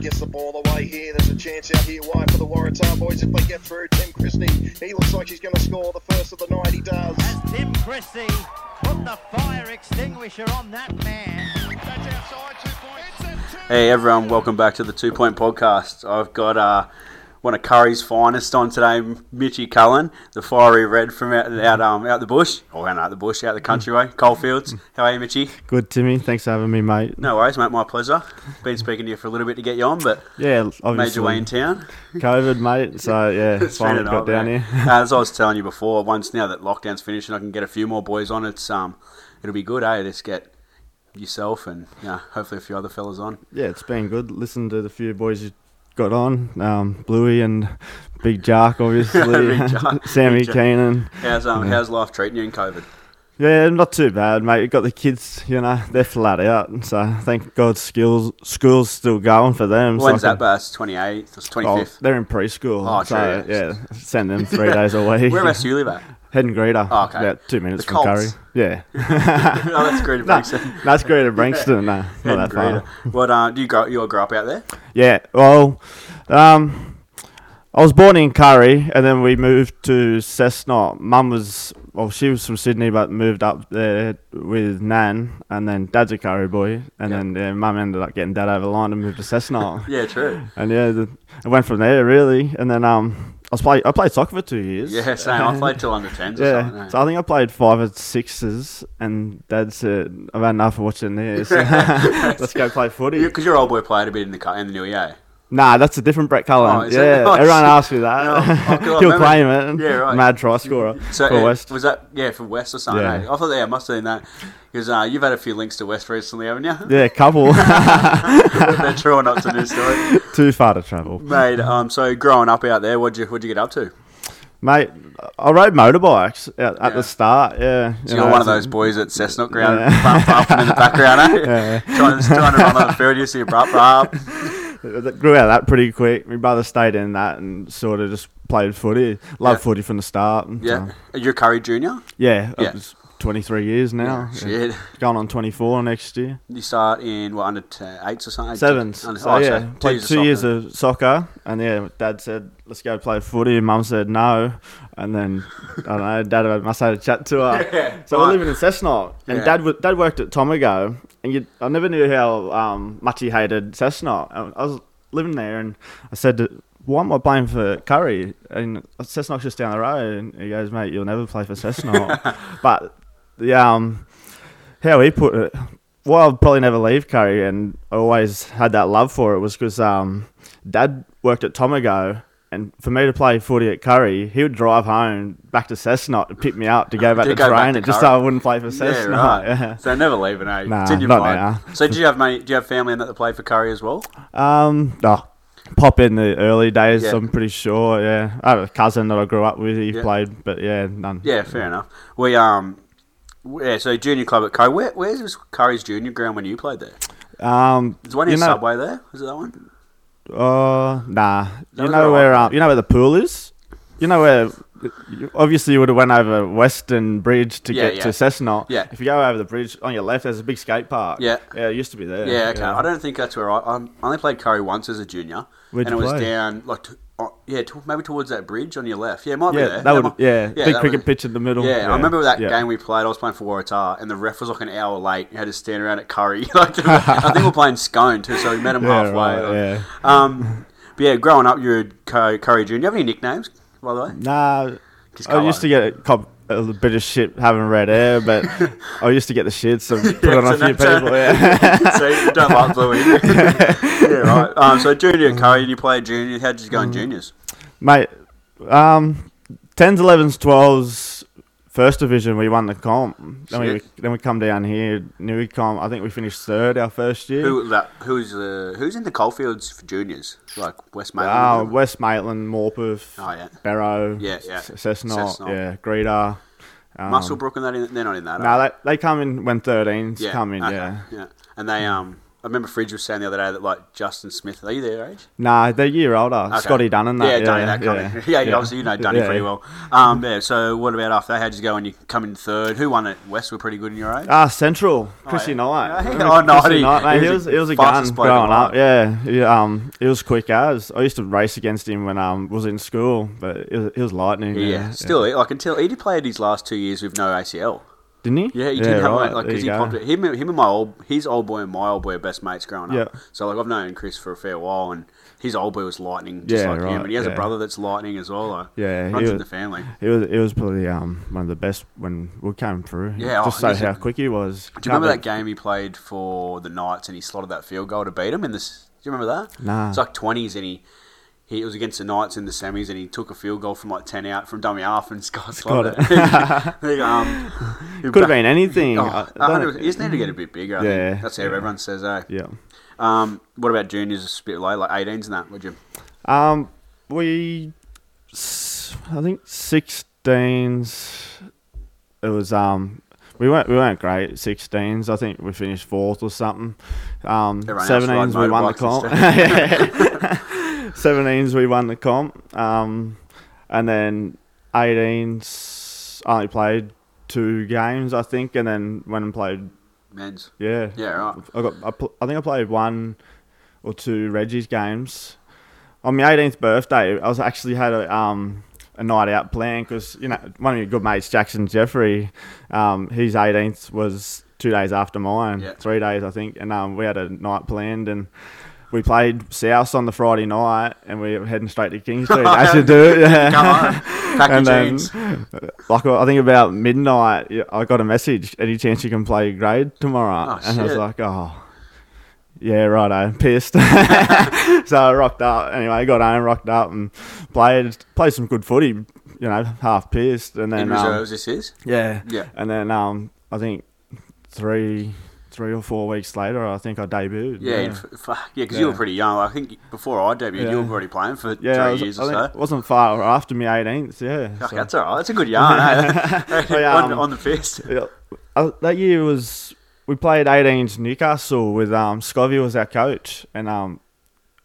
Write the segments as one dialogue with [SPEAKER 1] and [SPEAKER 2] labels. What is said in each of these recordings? [SPEAKER 1] Gets the ball away here. There's a chance out here wide for the Waratah boys if they get through. Tim Christie, he looks like he's going to score the first of the night. He does.
[SPEAKER 2] As Tim Christie put the fire extinguisher on that man.
[SPEAKER 3] That's outside, two points. It's a two.
[SPEAKER 4] Hey everyone, welcome back to the Two Point Podcast. I've got uh, one of Curry's finest on today, Mitchy Cullen, the fiery red from out, out um out the bush, or out the bush, out the country way, Coalfields. How are you, Mitchy?
[SPEAKER 5] Good, Timmy. Thanks for having me, mate.
[SPEAKER 4] No worries, mate. My pleasure. Been speaking to you for a little bit to get you on, but
[SPEAKER 5] Yeah,
[SPEAKER 4] made
[SPEAKER 5] obviously.
[SPEAKER 4] your way in town.
[SPEAKER 5] COVID, mate. So yeah,
[SPEAKER 4] It's been
[SPEAKER 5] finally
[SPEAKER 4] an
[SPEAKER 5] got
[SPEAKER 4] old
[SPEAKER 5] down
[SPEAKER 4] day.
[SPEAKER 5] here.
[SPEAKER 4] Uh, as I was telling you before, once now that lockdown's finished and I can get a few more boys on, it's um, it'll be good, eh? Just get yourself and you know, hopefully a few other fellas on.
[SPEAKER 5] Yeah, it's been good. Listen to the few boys you got on, um, Bluey and Big Jark, obviously.
[SPEAKER 4] Big Jark,
[SPEAKER 5] Sammy
[SPEAKER 4] Big Jark.
[SPEAKER 5] Keenan.
[SPEAKER 4] How's um, how's life treating you in COVID?
[SPEAKER 5] Yeah, not too bad, mate. You got the kids, you know, they're flat out. So thank God skills school's still going for them.
[SPEAKER 4] When's
[SPEAKER 5] so I
[SPEAKER 4] that?
[SPEAKER 5] can-
[SPEAKER 4] Bass? Twenty eighth, twenty
[SPEAKER 5] Oh,
[SPEAKER 4] fifth.
[SPEAKER 5] they're in preschool.
[SPEAKER 4] Oh,
[SPEAKER 5] so,
[SPEAKER 4] true, yeah.
[SPEAKER 5] yeah, send them three days a week.
[SPEAKER 4] Where else do you live at?
[SPEAKER 5] Head and Greeter.
[SPEAKER 4] Oh, okay.
[SPEAKER 5] About two minutes
[SPEAKER 4] The
[SPEAKER 5] from Curry.
[SPEAKER 4] Colts.
[SPEAKER 5] Yeah.
[SPEAKER 4] oh, that's great.
[SPEAKER 5] No,
[SPEAKER 4] thanks.
[SPEAKER 5] that's Greater Brankston. No, not that far.
[SPEAKER 4] What uh, do you grow? You all grow up out there?
[SPEAKER 5] Yeah. Well, um, I was born in Curry, and then we moved to Cessnock. Mum was well, she was from Sydney, but moved up there with Nan, and then Dad's a Curry boy, and
[SPEAKER 4] Yeah.
[SPEAKER 5] then yeah, Mum ended up getting Dad over the line and moved to Cessnock.
[SPEAKER 4] Yeah, true.
[SPEAKER 5] And yeah, the, I went from there really, and then um, I was play I played soccer for two years.
[SPEAKER 4] Yeah, same. I played till under tens. Or something, eh?
[SPEAKER 5] Yeah, so I think I played five and sixes, and Dad said, "I've had enough of watching this. Let's go play footy."
[SPEAKER 4] Because your old boy played a bit in the cu- in the new EA.
[SPEAKER 5] Nah, that's a different Brett Cullen.
[SPEAKER 4] Oh, is it?
[SPEAKER 5] yeah,
[SPEAKER 4] Oh,
[SPEAKER 5] everyone
[SPEAKER 4] shit.
[SPEAKER 5] asks me that.
[SPEAKER 4] No, I can
[SPEAKER 5] He'll
[SPEAKER 4] remember.
[SPEAKER 5] claim it.
[SPEAKER 4] Yeah, right.
[SPEAKER 5] Mad try scorer
[SPEAKER 4] So
[SPEAKER 5] for
[SPEAKER 4] uh,
[SPEAKER 5] West.
[SPEAKER 4] was that yeah for West or something?
[SPEAKER 5] Yeah.
[SPEAKER 4] eh? I thought yeah, I must have seen that because uh, you've had a few links to West recently, haven't you?
[SPEAKER 5] Yeah, couple.
[SPEAKER 4] They're true or not to new story,
[SPEAKER 5] Too far to travel,
[SPEAKER 4] mate. Um, so growing up out there, what'd you what'd you get up to?
[SPEAKER 5] mate. I rode motorbikes at, at
[SPEAKER 4] Yeah.
[SPEAKER 5] the start. Yeah,
[SPEAKER 4] So you're one of those boys at Cessnock ground, bump, bumping in the background, eh? trying, to, trying to run on the field. You see a bump, bump.
[SPEAKER 5] that grew out of that pretty quick. My brother stayed in that and sort of just played footy. Loved
[SPEAKER 4] Yeah.
[SPEAKER 5] footy from the start.
[SPEAKER 4] Yeah,
[SPEAKER 5] So,
[SPEAKER 4] you're Curry Junior.
[SPEAKER 5] yeah.
[SPEAKER 4] Yeah.
[SPEAKER 5] It was 23 years now. Oh, Yeah.
[SPEAKER 4] Shit.
[SPEAKER 5] Going on 24 next year.
[SPEAKER 4] You start in what under t- eights or something?
[SPEAKER 5] Sevens.
[SPEAKER 4] Under,
[SPEAKER 5] So,
[SPEAKER 4] oh,
[SPEAKER 5] yeah,
[SPEAKER 4] so
[SPEAKER 5] played two years
[SPEAKER 4] soccer.
[SPEAKER 5] of soccer, and yeah, Dad said, "Let's go play footy." Mum said no, and then I don't know. Dad must have had a chat to her.
[SPEAKER 4] Yeah,
[SPEAKER 5] so we're
[SPEAKER 4] right.
[SPEAKER 5] living in Cessnock, and
[SPEAKER 4] Yeah.
[SPEAKER 5] Dad w- Dad worked at Tomago, and you, I never knew how um, much he hated Cessnock. And I was living there, and I said. To, why am I playing for Curry? And Cessnock's just down the road. And he goes, mate, you'll never play for Cessnock. but the um, how he put it, well, I'll probably never leave Curry, and I always had that love for it was because um, Dad worked at Tomago, and for me to play footy at Curry, he would drive home back to Cessnock to pick me up to go back
[SPEAKER 4] To
[SPEAKER 5] to,
[SPEAKER 4] go back
[SPEAKER 5] train,
[SPEAKER 4] to
[SPEAKER 5] it just so
[SPEAKER 4] Curry.
[SPEAKER 5] I wouldn't play for
[SPEAKER 4] Yeah,
[SPEAKER 5] Cessnock.
[SPEAKER 4] right.
[SPEAKER 5] yeah.
[SPEAKER 4] So never leaving, eh?
[SPEAKER 5] Nah,
[SPEAKER 4] It's in your
[SPEAKER 5] not
[SPEAKER 4] blood. So do you have mate? Do you have family in that play for Curry as well?
[SPEAKER 5] Um, oh, pop in the early days,
[SPEAKER 4] Yeah.
[SPEAKER 5] I'm pretty sure. Yeah, I have a cousin that I grew up with. He
[SPEAKER 4] Yeah.
[SPEAKER 5] played, but yeah, none.
[SPEAKER 4] Yeah, fair enough. We um, yeah. So junior club at Curry. Where, where's was Curry's junior ground when you played there?
[SPEAKER 5] Um,
[SPEAKER 4] Is one
[SPEAKER 5] you
[SPEAKER 4] in
[SPEAKER 5] know,
[SPEAKER 4] Subway there? Is it that one?
[SPEAKER 5] Oh, nah.
[SPEAKER 4] was
[SPEAKER 5] you know
[SPEAKER 4] alright,
[SPEAKER 5] where
[SPEAKER 4] mate.
[SPEAKER 5] um, you know where the pool is. You know where. you- Obviously, you would have went over Western Bridge to
[SPEAKER 4] Yeah,
[SPEAKER 5] get
[SPEAKER 4] yeah.
[SPEAKER 5] to Cessnock.
[SPEAKER 4] Yeah.
[SPEAKER 5] If you go over the bridge on your left, there's a big skate park.
[SPEAKER 4] Yeah.
[SPEAKER 5] Yeah, it used to be there.
[SPEAKER 4] Yeah, okay. I don't think that's where I. I only played Curry once as a junior,
[SPEAKER 5] Where'd
[SPEAKER 4] and it
[SPEAKER 5] you
[SPEAKER 4] was
[SPEAKER 5] play?
[SPEAKER 4] down like. To, oh, yeah, to, maybe towards that bridge on your left. Yeah, it might
[SPEAKER 5] Yeah,
[SPEAKER 4] be there.
[SPEAKER 5] that would.
[SPEAKER 4] might-
[SPEAKER 5] Yeah, big
[SPEAKER 4] that
[SPEAKER 5] cricket
[SPEAKER 4] would-
[SPEAKER 5] pitch in the middle.
[SPEAKER 4] Yeah, I remember that
[SPEAKER 5] yeah.
[SPEAKER 4] game we played. I was playing for Waratah, and the ref was like an hour late. You had to stand around at Curry. like, I think we we're playing Scone too, so we met him
[SPEAKER 5] Yeah,
[SPEAKER 4] halfway.
[SPEAKER 5] right, yeah.
[SPEAKER 4] Um, but yeah, growing up, you were Curry, Curry Junior. Do you have any nicknames, by the way?
[SPEAKER 5] Nah,
[SPEAKER 4] Just
[SPEAKER 5] I used to get cop a little bit of shit having red hair, but I used to get the shits and put
[SPEAKER 4] Yeah,
[SPEAKER 5] on a
[SPEAKER 4] so
[SPEAKER 5] few
[SPEAKER 4] that's-
[SPEAKER 5] people. Yeah.
[SPEAKER 4] See, you don't like Bluey. yeah, right. Um, so junior Curry, you play junior. How did you go
[SPEAKER 5] Mm.
[SPEAKER 4] in juniors?
[SPEAKER 5] Mate, um, 10s, 11s, 12s, first division, we won the comp. Then we,
[SPEAKER 4] Shit.
[SPEAKER 5] then we come down here, new comp. I think we finished third our first year.
[SPEAKER 4] Who that? Who's uh, who's in the coalfields for juniors? Like West
[SPEAKER 5] Uh,
[SPEAKER 4] Maitland.
[SPEAKER 5] West Maitland, Morpeth,
[SPEAKER 4] Oh, yeah.
[SPEAKER 5] Barrow,
[SPEAKER 4] Yeah, yeah.
[SPEAKER 5] S- Cessnock,
[SPEAKER 4] Cessnock.
[SPEAKER 5] yeah, Greeter. Um,
[SPEAKER 4] Musselbrook and that. In, they're not in that.
[SPEAKER 5] No,
[SPEAKER 4] are
[SPEAKER 5] they, they come in when 13s
[SPEAKER 4] they?
[SPEAKER 5] come in,
[SPEAKER 4] okay,
[SPEAKER 5] yeah. Hmm.
[SPEAKER 4] yeah. And they um. I remember Fridge was saying the other day that like Justin Smith. Are you there, age?
[SPEAKER 5] Nah, they're a year older. Scotty Dunn and that.
[SPEAKER 4] Yeah, Dunny, that kind of- yeah, obviously you know Dunny
[SPEAKER 5] Yeah.
[SPEAKER 4] pretty well. Um, yeah. So what about after that? How'd you go when you come in third? Who won it? West were pretty good in your age.
[SPEAKER 5] Ah, Central, Chrissy
[SPEAKER 4] Oh, yeah.
[SPEAKER 5] Knight.
[SPEAKER 4] Yeah,
[SPEAKER 5] Remember
[SPEAKER 4] oh, no,
[SPEAKER 5] Chrissy
[SPEAKER 4] he-
[SPEAKER 5] Knight, mate. He was, he was a gun
[SPEAKER 4] fastest bloke
[SPEAKER 5] growing
[SPEAKER 4] alive.
[SPEAKER 5] up. Yeah, he, um, he was quick as. I used to race against him when um was in school, but he was, he was lightning.
[SPEAKER 4] yeah, Still, like until he played his last two years with no ACL.
[SPEAKER 5] didn't he?
[SPEAKER 4] Yeah, he did have
[SPEAKER 5] right,
[SPEAKER 4] like
[SPEAKER 5] there
[SPEAKER 4] because he
[SPEAKER 5] you go.
[SPEAKER 4] popped it. Him, him and my old, his old boy and my old boy are best mates growing up.
[SPEAKER 5] Yeah.
[SPEAKER 4] So like I've known Chris for a fair while, and his old boy was lightning, just
[SPEAKER 5] Yeah,
[SPEAKER 4] like
[SPEAKER 5] right,
[SPEAKER 4] him. And he has
[SPEAKER 5] yeah.
[SPEAKER 4] a brother that's lightning as well. Though.
[SPEAKER 5] Yeah, he
[SPEAKER 4] runs in
[SPEAKER 5] was-
[SPEAKER 4] the family.
[SPEAKER 5] It was it was probably um one of the best when we came through.
[SPEAKER 4] Yeah,
[SPEAKER 5] just
[SPEAKER 4] oh,
[SPEAKER 5] so
[SPEAKER 4] he's
[SPEAKER 5] how
[SPEAKER 4] a-
[SPEAKER 5] quick he was.
[SPEAKER 4] Do you remember that game he played for the Knights and he slotted that field goal to beat him in this? Do you remember that?
[SPEAKER 5] Nah.
[SPEAKER 4] It's like twenties and he. He, it was against the Knights in the semis, and he took a field goal from like ten out from dummy half, and Scott slotted
[SPEAKER 5] it.
[SPEAKER 4] it. um,
[SPEAKER 5] Could have been anything.
[SPEAKER 4] Oh,
[SPEAKER 5] I-
[SPEAKER 4] a
[SPEAKER 5] I
[SPEAKER 4] hundred-
[SPEAKER 5] don't-
[SPEAKER 4] you just need to get a bit bigger. I
[SPEAKER 5] Yeah,
[SPEAKER 4] think. that's how everyone says. Eh?
[SPEAKER 5] Yeah.
[SPEAKER 4] Um, what about juniors? A bit low, like 18s and that. Would you?
[SPEAKER 5] Um, we, s- I think sixteens. It was um, we weren't we weren't great. Sixteens, I think we finished fourth or something. Um,
[SPEAKER 4] Everyone else
[SPEAKER 5] seventeens,
[SPEAKER 4] ride
[SPEAKER 5] we won the
[SPEAKER 4] motorbikes
[SPEAKER 5] comp. Seventeens, we won the comp. Um, and then eighteens, I only played two games, I think, and then went and played.
[SPEAKER 4] Men's.
[SPEAKER 5] Yeah,
[SPEAKER 4] Yeah, right.
[SPEAKER 5] I got. I, pl- I think I played one or two Reggie's games. On my 18th birthday, I was actually had a um a night out plan because you know one of your good mates, Jackson Jeffrey, um his 18th was two days after mine,
[SPEAKER 4] Yeah.
[SPEAKER 5] three days I think, and um we had a night planned and. We played South on the Friday night, and we were heading straight to King Street. As you do, yeah.
[SPEAKER 4] Come on, pack your
[SPEAKER 5] and then,
[SPEAKER 4] jeans.
[SPEAKER 5] like I think about midnight, yeah, I got a message. Any chance you can play grade tomorrow?
[SPEAKER 4] Oh,
[SPEAKER 5] and I was
[SPEAKER 4] shit.
[SPEAKER 5] like, oh, yeah, right. I'm pissed. so I rocked up anyway. Got home, rocked up, and played played some good footy. You know, half pissed, and
[SPEAKER 4] In
[SPEAKER 5] then um,
[SPEAKER 4] reserves, this is.
[SPEAKER 5] yeah,
[SPEAKER 4] Yeah.
[SPEAKER 5] and then um, I think three three or four weeks later, I think I debuted.
[SPEAKER 4] Yeah, yeah. because you were
[SPEAKER 5] Yeah.
[SPEAKER 4] pretty young. I think before I debuted, you
[SPEAKER 5] Yeah.
[SPEAKER 4] were already playing for
[SPEAKER 5] Yeah, I
[SPEAKER 4] three
[SPEAKER 5] was-
[SPEAKER 4] years
[SPEAKER 5] I
[SPEAKER 4] or
[SPEAKER 5] think
[SPEAKER 4] so.
[SPEAKER 5] it wasn't far after me 18th. Yeah,
[SPEAKER 4] Fuck,
[SPEAKER 5] so-
[SPEAKER 4] That's all right. That's a good yarn, eh?
[SPEAKER 5] I,
[SPEAKER 4] on,
[SPEAKER 5] um,
[SPEAKER 4] on the fist.
[SPEAKER 5] Yeah. Uh, that year was we played 18s Newcastle with um Scovey was our coach and um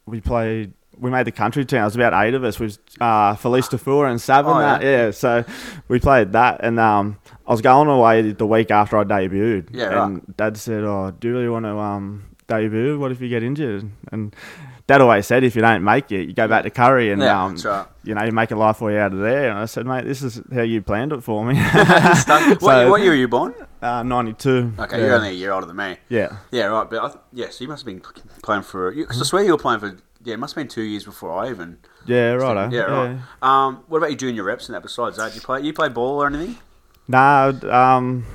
[SPEAKER 5] we played we made the country team. It was about eight of us. We was uh, Felice Tafura and Sav and
[SPEAKER 4] Oh,
[SPEAKER 5] that. Yeah.
[SPEAKER 4] yeah.
[SPEAKER 5] so we played that, and um, I was going away the week after I debuted.
[SPEAKER 4] Yeah, right.
[SPEAKER 5] And Dad said, "Oh, do you really want to um, debut? What if you get injured?" And Dad always said, "If you don't make it, you go back to Curry and
[SPEAKER 4] Yeah,
[SPEAKER 5] um,
[SPEAKER 4] that's right.
[SPEAKER 5] you know, you make a life way out of there." And I said, "Mate, this is how you planned it for me."
[SPEAKER 4] Stuck. what,
[SPEAKER 5] So-
[SPEAKER 4] what year were you born?
[SPEAKER 5] Uh, 92.
[SPEAKER 4] Okay,
[SPEAKER 5] yeah.
[SPEAKER 4] you're only a year older than me.
[SPEAKER 5] Yeah.
[SPEAKER 4] Yeah, right. But I th- yeah, so you must have been p- playing for. Because I swear you were playing for. Yeah, it must have been two years before I even.
[SPEAKER 5] Yeah, righto.
[SPEAKER 4] Yeah, right. Um, what about your junior reps and that? Besides that, did you play? You play ball or anything?
[SPEAKER 5] Nah, um,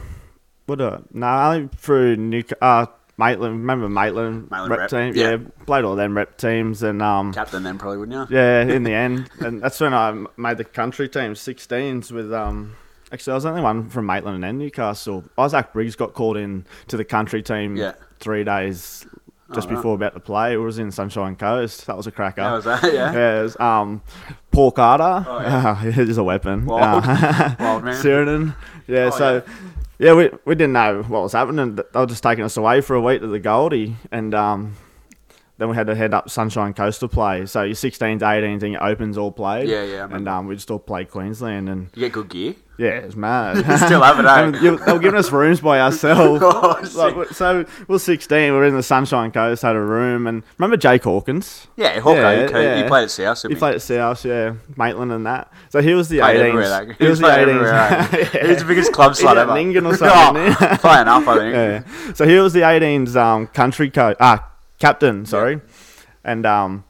[SPEAKER 5] what do I, Nah, only through Nick, uh, Maitland. Remember Maitland,
[SPEAKER 4] Maitland
[SPEAKER 5] rep,
[SPEAKER 4] rep,
[SPEAKER 5] team?
[SPEAKER 4] yeah.
[SPEAKER 5] Played all them rep teams and, um,
[SPEAKER 4] Captain then probably wouldn't you?
[SPEAKER 5] yeah, in the end. And that's when I m- made the country team 16s with, um, actually, I was the only one from Maitland and Newcastle. Isaac Briggs got called in to the country team
[SPEAKER 4] Yeah.
[SPEAKER 5] three days just
[SPEAKER 4] Oh, right.
[SPEAKER 5] before about to play. It was in Sunshine Coast. That was a cracker.
[SPEAKER 4] How was that? Yeah.
[SPEAKER 5] Yeah, it was, um, Paul Carter.
[SPEAKER 4] Oh,
[SPEAKER 5] yeah. he's a weapon.
[SPEAKER 4] Wild.
[SPEAKER 5] Uh,
[SPEAKER 4] Wild man.
[SPEAKER 5] Sirenin. Yeah,
[SPEAKER 4] Oh,
[SPEAKER 5] so yeah. we we didn't know what was happening. They were just taking us away for a week to the Goldie, and um, then we had to head up Sunshine Coast to play. So your 16s, 18s, and your opens all played.
[SPEAKER 4] Yeah, yeah, I
[SPEAKER 5] And
[SPEAKER 4] remember.
[SPEAKER 5] um, we just all played Queensland, and
[SPEAKER 4] You get good gear.
[SPEAKER 5] yeah, it's mad.
[SPEAKER 4] Still have it, eh?
[SPEAKER 5] And you- they were giving us rooms by ourselves.
[SPEAKER 4] Oh,
[SPEAKER 5] Like, we- so we we're 16, we we're in the Sunshine Coast, had a room, and remember Jake Hawkins?
[SPEAKER 4] Yeah, Hawkeye.
[SPEAKER 5] Yeah,
[SPEAKER 4] you, co-
[SPEAKER 5] yeah.
[SPEAKER 4] you played at South. didn't
[SPEAKER 5] He
[SPEAKER 4] you?
[SPEAKER 5] played at South, yeah, Maitland and that. So he was the
[SPEAKER 4] Played
[SPEAKER 5] 18s.
[SPEAKER 4] Oh, everywhere, that guy.
[SPEAKER 5] He was the
[SPEAKER 4] played
[SPEAKER 5] 18s.
[SPEAKER 4] everywhere, eh?
[SPEAKER 5] Yeah.
[SPEAKER 4] He was the biggest club
[SPEAKER 5] He's
[SPEAKER 4] slut
[SPEAKER 5] at
[SPEAKER 4] ever.
[SPEAKER 5] Ningin or something,
[SPEAKER 4] Oh,
[SPEAKER 5] isn't he?
[SPEAKER 4] fair enough, I think.
[SPEAKER 5] Yeah. So he was the 18s um, country coach, ah, captain, sorry. And um,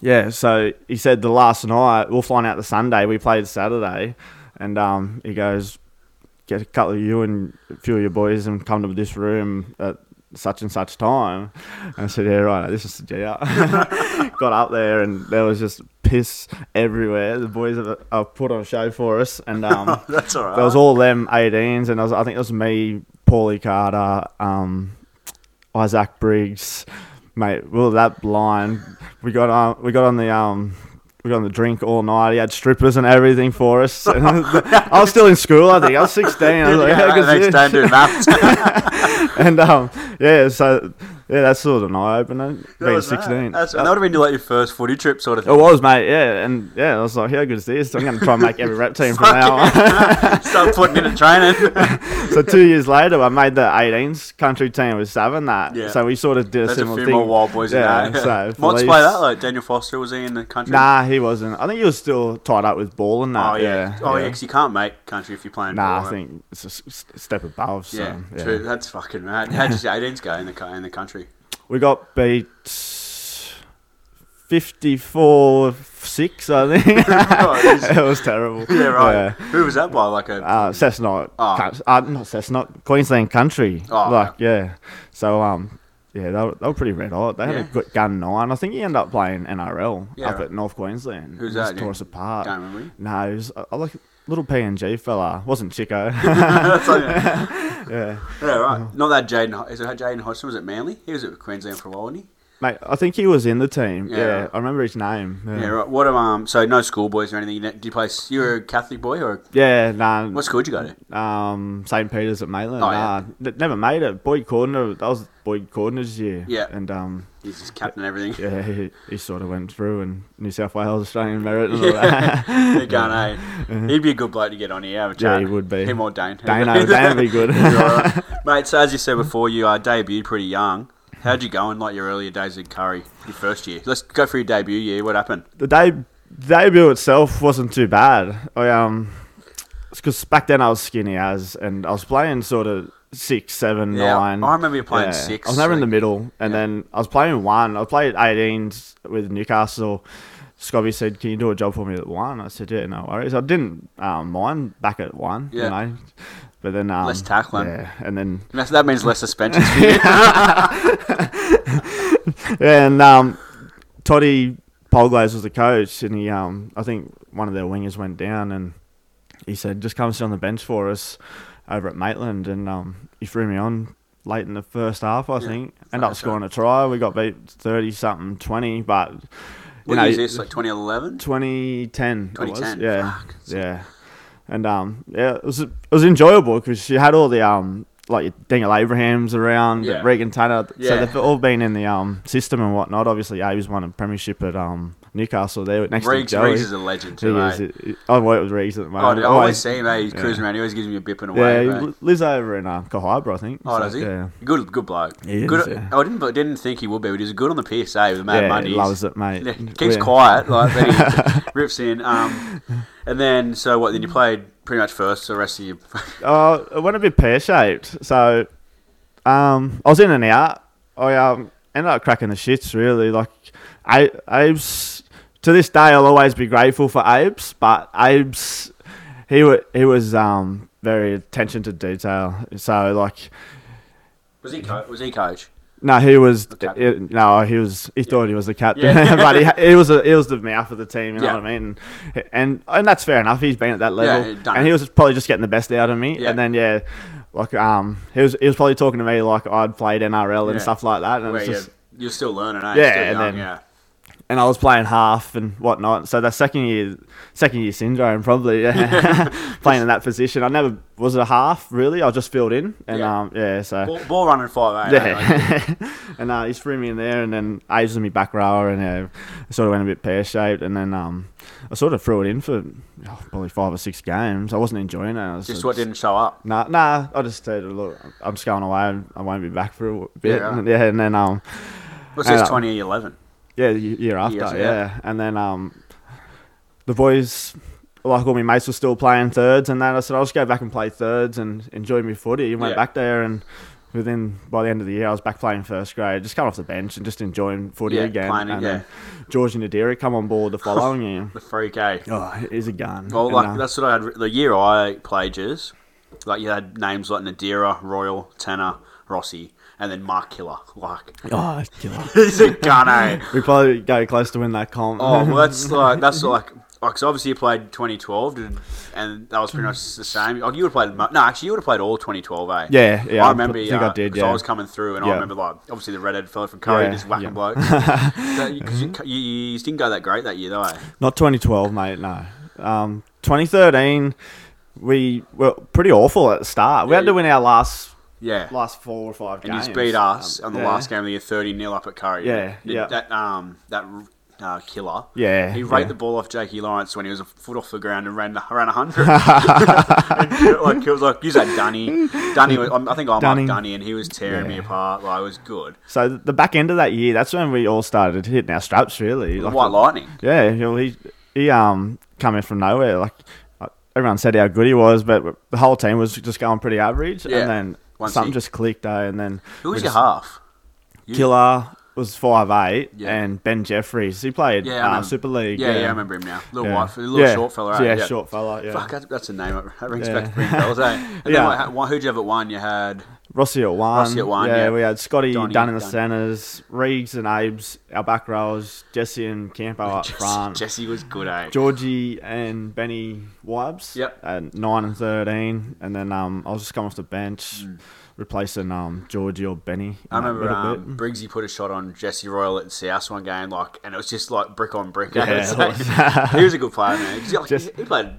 [SPEAKER 5] yeah, so he said the last night, we'll find out the Sunday, we played Saturday. And um, he goes, get a couple of you and a few of your boys and come to this room at such and such time. And I said, yeah, right, this is the G out. Got up there and there was just piss everywhere. The boys have, have put on a show for us. And um,
[SPEAKER 4] That's all right.
[SPEAKER 5] there was all them 18s, and I, was, I think it was me, Paulie Carter, um, Isaac Briggs, mate. We were that blind. We got on. We got on the um. We got on the drink all night. He had strippers and everything for us. I was still in school. I think I was 16. I was
[SPEAKER 4] Yeah,
[SPEAKER 5] like,
[SPEAKER 4] yeah,
[SPEAKER 5] "Yeah, I can
[SPEAKER 4] the
[SPEAKER 5] see
[SPEAKER 4] next
[SPEAKER 5] it."
[SPEAKER 4] time doing maths.
[SPEAKER 5] and um, yeah, so Yeah, that's sort of an eye opener. Being
[SPEAKER 4] was that.
[SPEAKER 5] sixteen, Oh,
[SPEAKER 4] That's, and that would have been like your first footy trip sort of
[SPEAKER 5] it
[SPEAKER 4] thing.
[SPEAKER 5] was, mate. Yeah, and yeah, I was like, how good is this? I'm going to try and make every rep team from now on.
[SPEAKER 4] Start putting it in training.
[SPEAKER 5] so two years later, I made the 18s country team with seven that.
[SPEAKER 4] Yeah.
[SPEAKER 5] So we sort of did a
[SPEAKER 4] There's a few
[SPEAKER 5] similar thing.
[SPEAKER 4] more wild boys
[SPEAKER 5] yeah,
[SPEAKER 4] in there. Might
[SPEAKER 5] So police-
[SPEAKER 4] play that like Daniel Foster was he in the country?
[SPEAKER 5] Nah, he wasn't. I think he was still tied up with ball and that.
[SPEAKER 4] Oh yeah.
[SPEAKER 5] yeah.
[SPEAKER 4] oh yeah. Because you can't make country if you're playing.
[SPEAKER 5] Nah, I
[SPEAKER 4] ball.
[SPEAKER 5] think it's a s- s- step above. So,
[SPEAKER 4] Yeah,
[SPEAKER 5] yeah,
[SPEAKER 4] true. That's fucking mad. How does 18s go in the co- in the country?
[SPEAKER 5] We got beat 54 6, I think.
[SPEAKER 4] Right, it's-
[SPEAKER 5] it was terrible.
[SPEAKER 4] Yeah, right. Who was that by? Like a
[SPEAKER 5] Uh, Cessnock,
[SPEAKER 4] Ah.
[SPEAKER 5] cou- uh, not Cessnock, Queensland Country.
[SPEAKER 4] Ah.
[SPEAKER 5] Like, yeah. So, um, yeah, they were, they were pretty red hot. They had
[SPEAKER 4] Yeah.
[SPEAKER 5] a good gun nine. I think he ended up playing NRL
[SPEAKER 4] Yeah,
[SPEAKER 5] up
[SPEAKER 4] right.
[SPEAKER 5] at North Queensland.
[SPEAKER 4] Who's
[SPEAKER 5] He just
[SPEAKER 4] that,
[SPEAKER 5] Tore
[SPEAKER 4] dude?
[SPEAKER 5] us apart.
[SPEAKER 4] Can't remember.
[SPEAKER 5] No, he was a, a like little PNG fella. Wasn't Chico.
[SPEAKER 4] That's like, yeah,
[SPEAKER 5] yeah. Uh-huh.
[SPEAKER 4] right. Not that Jaden. Ho- Is it Jaden Hodgson? Was at Manly? He was at Queensland for a while, wasn't he?
[SPEAKER 5] Mate, I think he was in the team.
[SPEAKER 4] Yeah.
[SPEAKER 5] Yeah. I remember his name. Yeah.
[SPEAKER 4] Yeah, right. What um? So no schoolboys or anything. You ne- Did you play? s- You were a Catholic boy or
[SPEAKER 5] Yeah, nah.
[SPEAKER 4] what school did you go to?
[SPEAKER 5] um, St. Peter's at Maitland.
[SPEAKER 4] Oh, yeah.
[SPEAKER 5] nah, n- never made it. Boyd Cordner, that was Boyd Cordner's year.
[SPEAKER 4] Yeah.
[SPEAKER 5] And um,
[SPEAKER 4] He's just captain and everything.
[SPEAKER 5] yeah, he, he sort of went through and New South Wales Australian merit and all
[SPEAKER 4] Yeah.
[SPEAKER 5] that.
[SPEAKER 4] They're going, hey, he'd be a good bloke to get on here. Have a
[SPEAKER 5] Mm-hmm. Yeah,
[SPEAKER 4] chat.
[SPEAKER 5] he would be.
[SPEAKER 4] Him or Dane.
[SPEAKER 5] Dano, Dano would be good.
[SPEAKER 4] You're all right. Mate, so as you said before, you uh, debuted pretty young. How'd you go in like your earlier days in Curry, your first year? Let's go for your debut year. What happened?
[SPEAKER 5] the day debut itself wasn't too bad. I um, because back then I was skinny as, and I was playing sort of six, seven,
[SPEAKER 4] Yeah,
[SPEAKER 5] nine.
[SPEAKER 4] I remember you playing six,
[SPEAKER 5] I was never in the
[SPEAKER 4] like-
[SPEAKER 5] middle, and then I was playing one. I played 18s with Newcastle. Scobby said, "Can you do a job for me at one?" I said, "Yeah, no worries." I didn't um, mind back at one,
[SPEAKER 4] Yeah.
[SPEAKER 5] you know. But then um,
[SPEAKER 4] Less tackling.
[SPEAKER 5] yeah, and then
[SPEAKER 4] And that's- That means less suspensions for you.
[SPEAKER 5] and um, Toddy Polglaze was the coach, and he, um, I think one of their wingers went down, and he said, "Just come sit on the bench for us over at Maitland," and um, he threw me on late in the first half, I think. Ended up
[SPEAKER 4] that's
[SPEAKER 5] scoring a try. We got beat thirty something, twenty, but you
[SPEAKER 4] What
[SPEAKER 5] know,
[SPEAKER 4] year is this? Like 2011?
[SPEAKER 5] 2010. it was,
[SPEAKER 4] 2010,
[SPEAKER 5] Yeah.
[SPEAKER 4] fuck.
[SPEAKER 5] Yeah. And um, yeah, it was it was enjoyable because you had all the um, like Daniel Abraham's around,
[SPEAKER 4] Yeah.
[SPEAKER 5] Regan Tanner.
[SPEAKER 4] Yeah.
[SPEAKER 5] So they've all been in the um system and whatnot. Obviously, Abe's won a premiership at um Newcastle. There next
[SPEAKER 4] Reeves,
[SPEAKER 5] to Joey.
[SPEAKER 4] Reeves is a legend
[SPEAKER 5] He
[SPEAKER 4] too,
[SPEAKER 5] is.
[SPEAKER 4] mate.
[SPEAKER 5] He- I work with Reeves at the
[SPEAKER 4] Oh, I
[SPEAKER 5] moment.
[SPEAKER 4] always, see him, eh? He's cruising around. He always gives me a bip and away.
[SPEAKER 5] yeah, he
[SPEAKER 4] mate.
[SPEAKER 5] lives over in uh, Cohiba, I think.
[SPEAKER 4] Oh,
[SPEAKER 5] So,
[SPEAKER 4] does he?
[SPEAKER 5] Yeah.
[SPEAKER 4] Good, good bloke.
[SPEAKER 5] He is,
[SPEAKER 4] good.
[SPEAKER 5] yeah.
[SPEAKER 4] I didn't, I didn't think he would be, but he's good on the PSA with the Mad
[SPEAKER 5] yeah,
[SPEAKER 4] Mondays.
[SPEAKER 5] loves it, mate.
[SPEAKER 4] Yeah, keeps
[SPEAKER 5] Yeah.
[SPEAKER 4] quiet, like but he rips in. Um, and then so what? Then
[SPEAKER 5] Mm.
[SPEAKER 4] you played pretty much first the rest of your.
[SPEAKER 5] Uh, it went a bit pear shaped. So, um, I was in and out. I um, ended up cracking the shits, really. Like, A- Abe's, to this day, I'll always be grateful for Abe's, but Abe's, he, wa he was um, very attention to detail. So, like,
[SPEAKER 4] was he coach? Was he coach?
[SPEAKER 5] no, he was
[SPEAKER 4] captain.
[SPEAKER 5] it- no, he was. He thought he was the captain,
[SPEAKER 4] Yeah.
[SPEAKER 5] but he, he was a, he was the mouth of the team. You know
[SPEAKER 4] Yeah.
[SPEAKER 5] what I mean? And, and and that's fair enough. He's been at that level,
[SPEAKER 4] he'd done
[SPEAKER 5] and
[SPEAKER 4] it.
[SPEAKER 5] he was probably just getting the best out of me.
[SPEAKER 4] Yeah.
[SPEAKER 5] And then yeah, like um, he was he was probably talking to me like I'd played NRL and
[SPEAKER 4] Yeah.
[SPEAKER 5] stuff like that, and
[SPEAKER 4] Where
[SPEAKER 5] it's
[SPEAKER 4] you-
[SPEAKER 5] just,
[SPEAKER 4] you're still learning, eh?
[SPEAKER 5] Yeah,
[SPEAKER 4] Still
[SPEAKER 5] and
[SPEAKER 4] young,
[SPEAKER 5] then-
[SPEAKER 4] yeah.
[SPEAKER 5] and I was playing half and whatnot. So that second year, second year syndrome probably yeah. playing in that position. I never was a half really. I just filled in, and
[SPEAKER 4] Yeah.
[SPEAKER 5] um, yeah, so.
[SPEAKER 4] Ball, ball running five, eh? Like,
[SPEAKER 5] Yeah. and uh, he's threw me in there, and then I was in my back rower, and uh, I sort of went a bit pear shaped, and then um, I sort of threw it in for oh, probably five or six games. I wasn't enjoying it. I was
[SPEAKER 4] just what didn't show up.
[SPEAKER 5] Nah, nah. I just said, look, I'm just going away. I won't be back for a bit.
[SPEAKER 4] Yeah.
[SPEAKER 5] Yeah, yeah and then um,
[SPEAKER 4] What's this?
[SPEAKER 5] Yeah.
[SPEAKER 4] 2011.
[SPEAKER 5] yeah, the year after,
[SPEAKER 4] Years, yeah.
[SPEAKER 5] yeah. And then um, the boys, like all my mates, were still playing thirds, and then I said I'll just go back and play thirds and enjoy my footy. And went
[SPEAKER 4] Yeah.
[SPEAKER 5] back there, and within by the end of the year, I was back playing first grade, just coming off the bench and just enjoying footy
[SPEAKER 4] Yeah,
[SPEAKER 5] again.
[SPEAKER 4] playing it,
[SPEAKER 5] and
[SPEAKER 4] yeah.
[SPEAKER 5] then George Nadiri come on board the following year.
[SPEAKER 4] The freak, eh?
[SPEAKER 5] Oh, he's a gun.
[SPEAKER 4] Well,
[SPEAKER 5] And,
[SPEAKER 4] like
[SPEAKER 5] uh,
[SPEAKER 4] that's what I had. The year I played Jizz, like you had names like Nadira, Royal, Tanner, Rossi, and then Mark Killer. Like
[SPEAKER 5] oh, killer.
[SPEAKER 4] he's a gun, eh?
[SPEAKER 5] we probably go close to win that comp.
[SPEAKER 4] Oh, well, that's like that's like because obviously you played 2012, didn't- and that was pretty much the same. Like you would have played mo- no, actually you would have played all 2012, eh?
[SPEAKER 5] Yeah, yeah,
[SPEAKER 4] I
[SPEAKER 5] I
[SPEAKER 4] remember.
[SPEAKER 5] think
[SPEAKER 4] yeah,
[SPEAKER 5] I did,
[SPEAKER 4] 'cause
[SPEAKER 5] yeah.
[SPEAKER 4] was coming through, and I
[SPEAKER 5] Yeah.
[SPEAKER 4] remember like obviously the redhead fella from Curry
[SPEAKER 5] Yeah,
[SPEAKER 4] just whacking
[SPEAKER 5] yeah.
[SPEAKER 4] blokes. Because you, you, you didn't go that great that year, though. eh?
[SPEAKER 5] Not 2012, mate. No. Um, 2013, we were pretty awful at the start. We had to win our last
[SPEAKER 4] Yeah.
[SPEAKER 5] last four or five
[SPEAKER 4] and
[SPEAKER 5] games.
[SPEAKER 4] you beat us
[SPEAKER 5] Um,
[SPEAKER 4] on the
[SPEAKER 5] yeah.
[SPEAKER 4] last game of the year, thirty 0 up at Curry.
[SPEAKER 5] Yeah,
[SPEAKER 4] Did
[SPEAKER 5] yeah.
[SPEAKER 4] That um that uh, killer.
[SPEAKER 5] Yeah,
[SPEAKER 4] he raked
[SPEAKER 5] yeah.
[SPEAKER 4] the ball off Jakey Lawrence when he was a foot off the ground and ran ran hundred. like it was like you said, Dunny. Dunny. Was, I think I'm
[SPEAKER 5] Dunny.
[SPEAKER 4] up Dunny, and he was tearing me
[SPEAKER 5] Yeah.
[SPEAKER 4] apart. Like it was good.
[SPEAKER 5] So th- the back end of that year, that's when we all started hitting our straps, really. Like,
[SPEAKER 4] White Lightning.
[SPEAKER 5] Yeah, he- well, he he um come in from nowhere. Like uh, everyone said how good he was, but the whole team was just going pretty average.
[SPEAKER 4] Yeah.
[SPEAKER 5] And then
[SPEAKER 4] Once
[SPEAKER 5] something
[SPEAKER 4] he-
[SPEAKER 5] just clicked, though. And then
[SPEAKER 4] Who
[SPEAKER 5] we
[SPEAKER 4] was your
[SPEAKER 5] just-
[SPEAKER 4] half? You-
[SPEAKER 5] Killer was five eight,
[SPEAKER 4] Yeah.
[SPEAKER 5] and Ben Jeffries. He played
[SPEAKER 4] Yeah, I
[SPEAKER 5] uh,
[SPEAKER 4] remember-
[SPEAKER 5] Super League.
[SPEAKER 4] Yeah, yeah, I remember him now. Little
[SPEAKER 5] Yeah.
[SPEAKER 4] white, little
[SPEAKER 5] Yeah.
[SPEAKER 4] short fella. Right?
[SPEAKER 5] Yeah, short fella, yeah.
[SPEAKER 4] Fuck, that's, that's a name. That rings
[SPEAKER 5] Yeah.
[SPEAKER 4] back to ring bells. Eh? And
[SPEAKER 5] Yeah.
[SPEAKER 4] then what, what, who'd you have at one? You had
[SPEAKER 5] Rossi at one.
[SPEAKER 4] Rossi at one, yeah.
[SPEAKER 5] we had Scotty
[SPEAKER 4] Donny,
[SPEAKER 5] Dunn in the
[SPEAKER 4] Dunn.
[SPEAKER 5] centres, Reeves and Abes, our back rows, Jesse and Campo up
[SPEAKER 4] Jesse,
[SPEAKER 5] front.
[SPEAKER 4] Jesse was good. Eh?
[SPEAKER 5] Georgie and Benny Wibes
[SPEAKER 4] Yep.
[SPEAKER 5] at nine and thirteen, and then um, I was just coming off the bench, replacing um Georgie or Benny.
[SPEAKER 4] Hmm. I
[SPEAKER 5] in that
[SPEAKER 4] remember
[SPEAKER 5] little
[SPEAKER 4] um, Briggsy put a shot on Jesse Royal at the South one game, like, and it was just like brick on brick. eh?
[SPEAKER 5] Yeah, it
[SPEAKER 4] So-
[SPEAKER 5] was.
[SPEAKER 4] he was a good player, man. 'Cause, like,
[SPEAKER 5] Just-
[SPEAKER 4] he played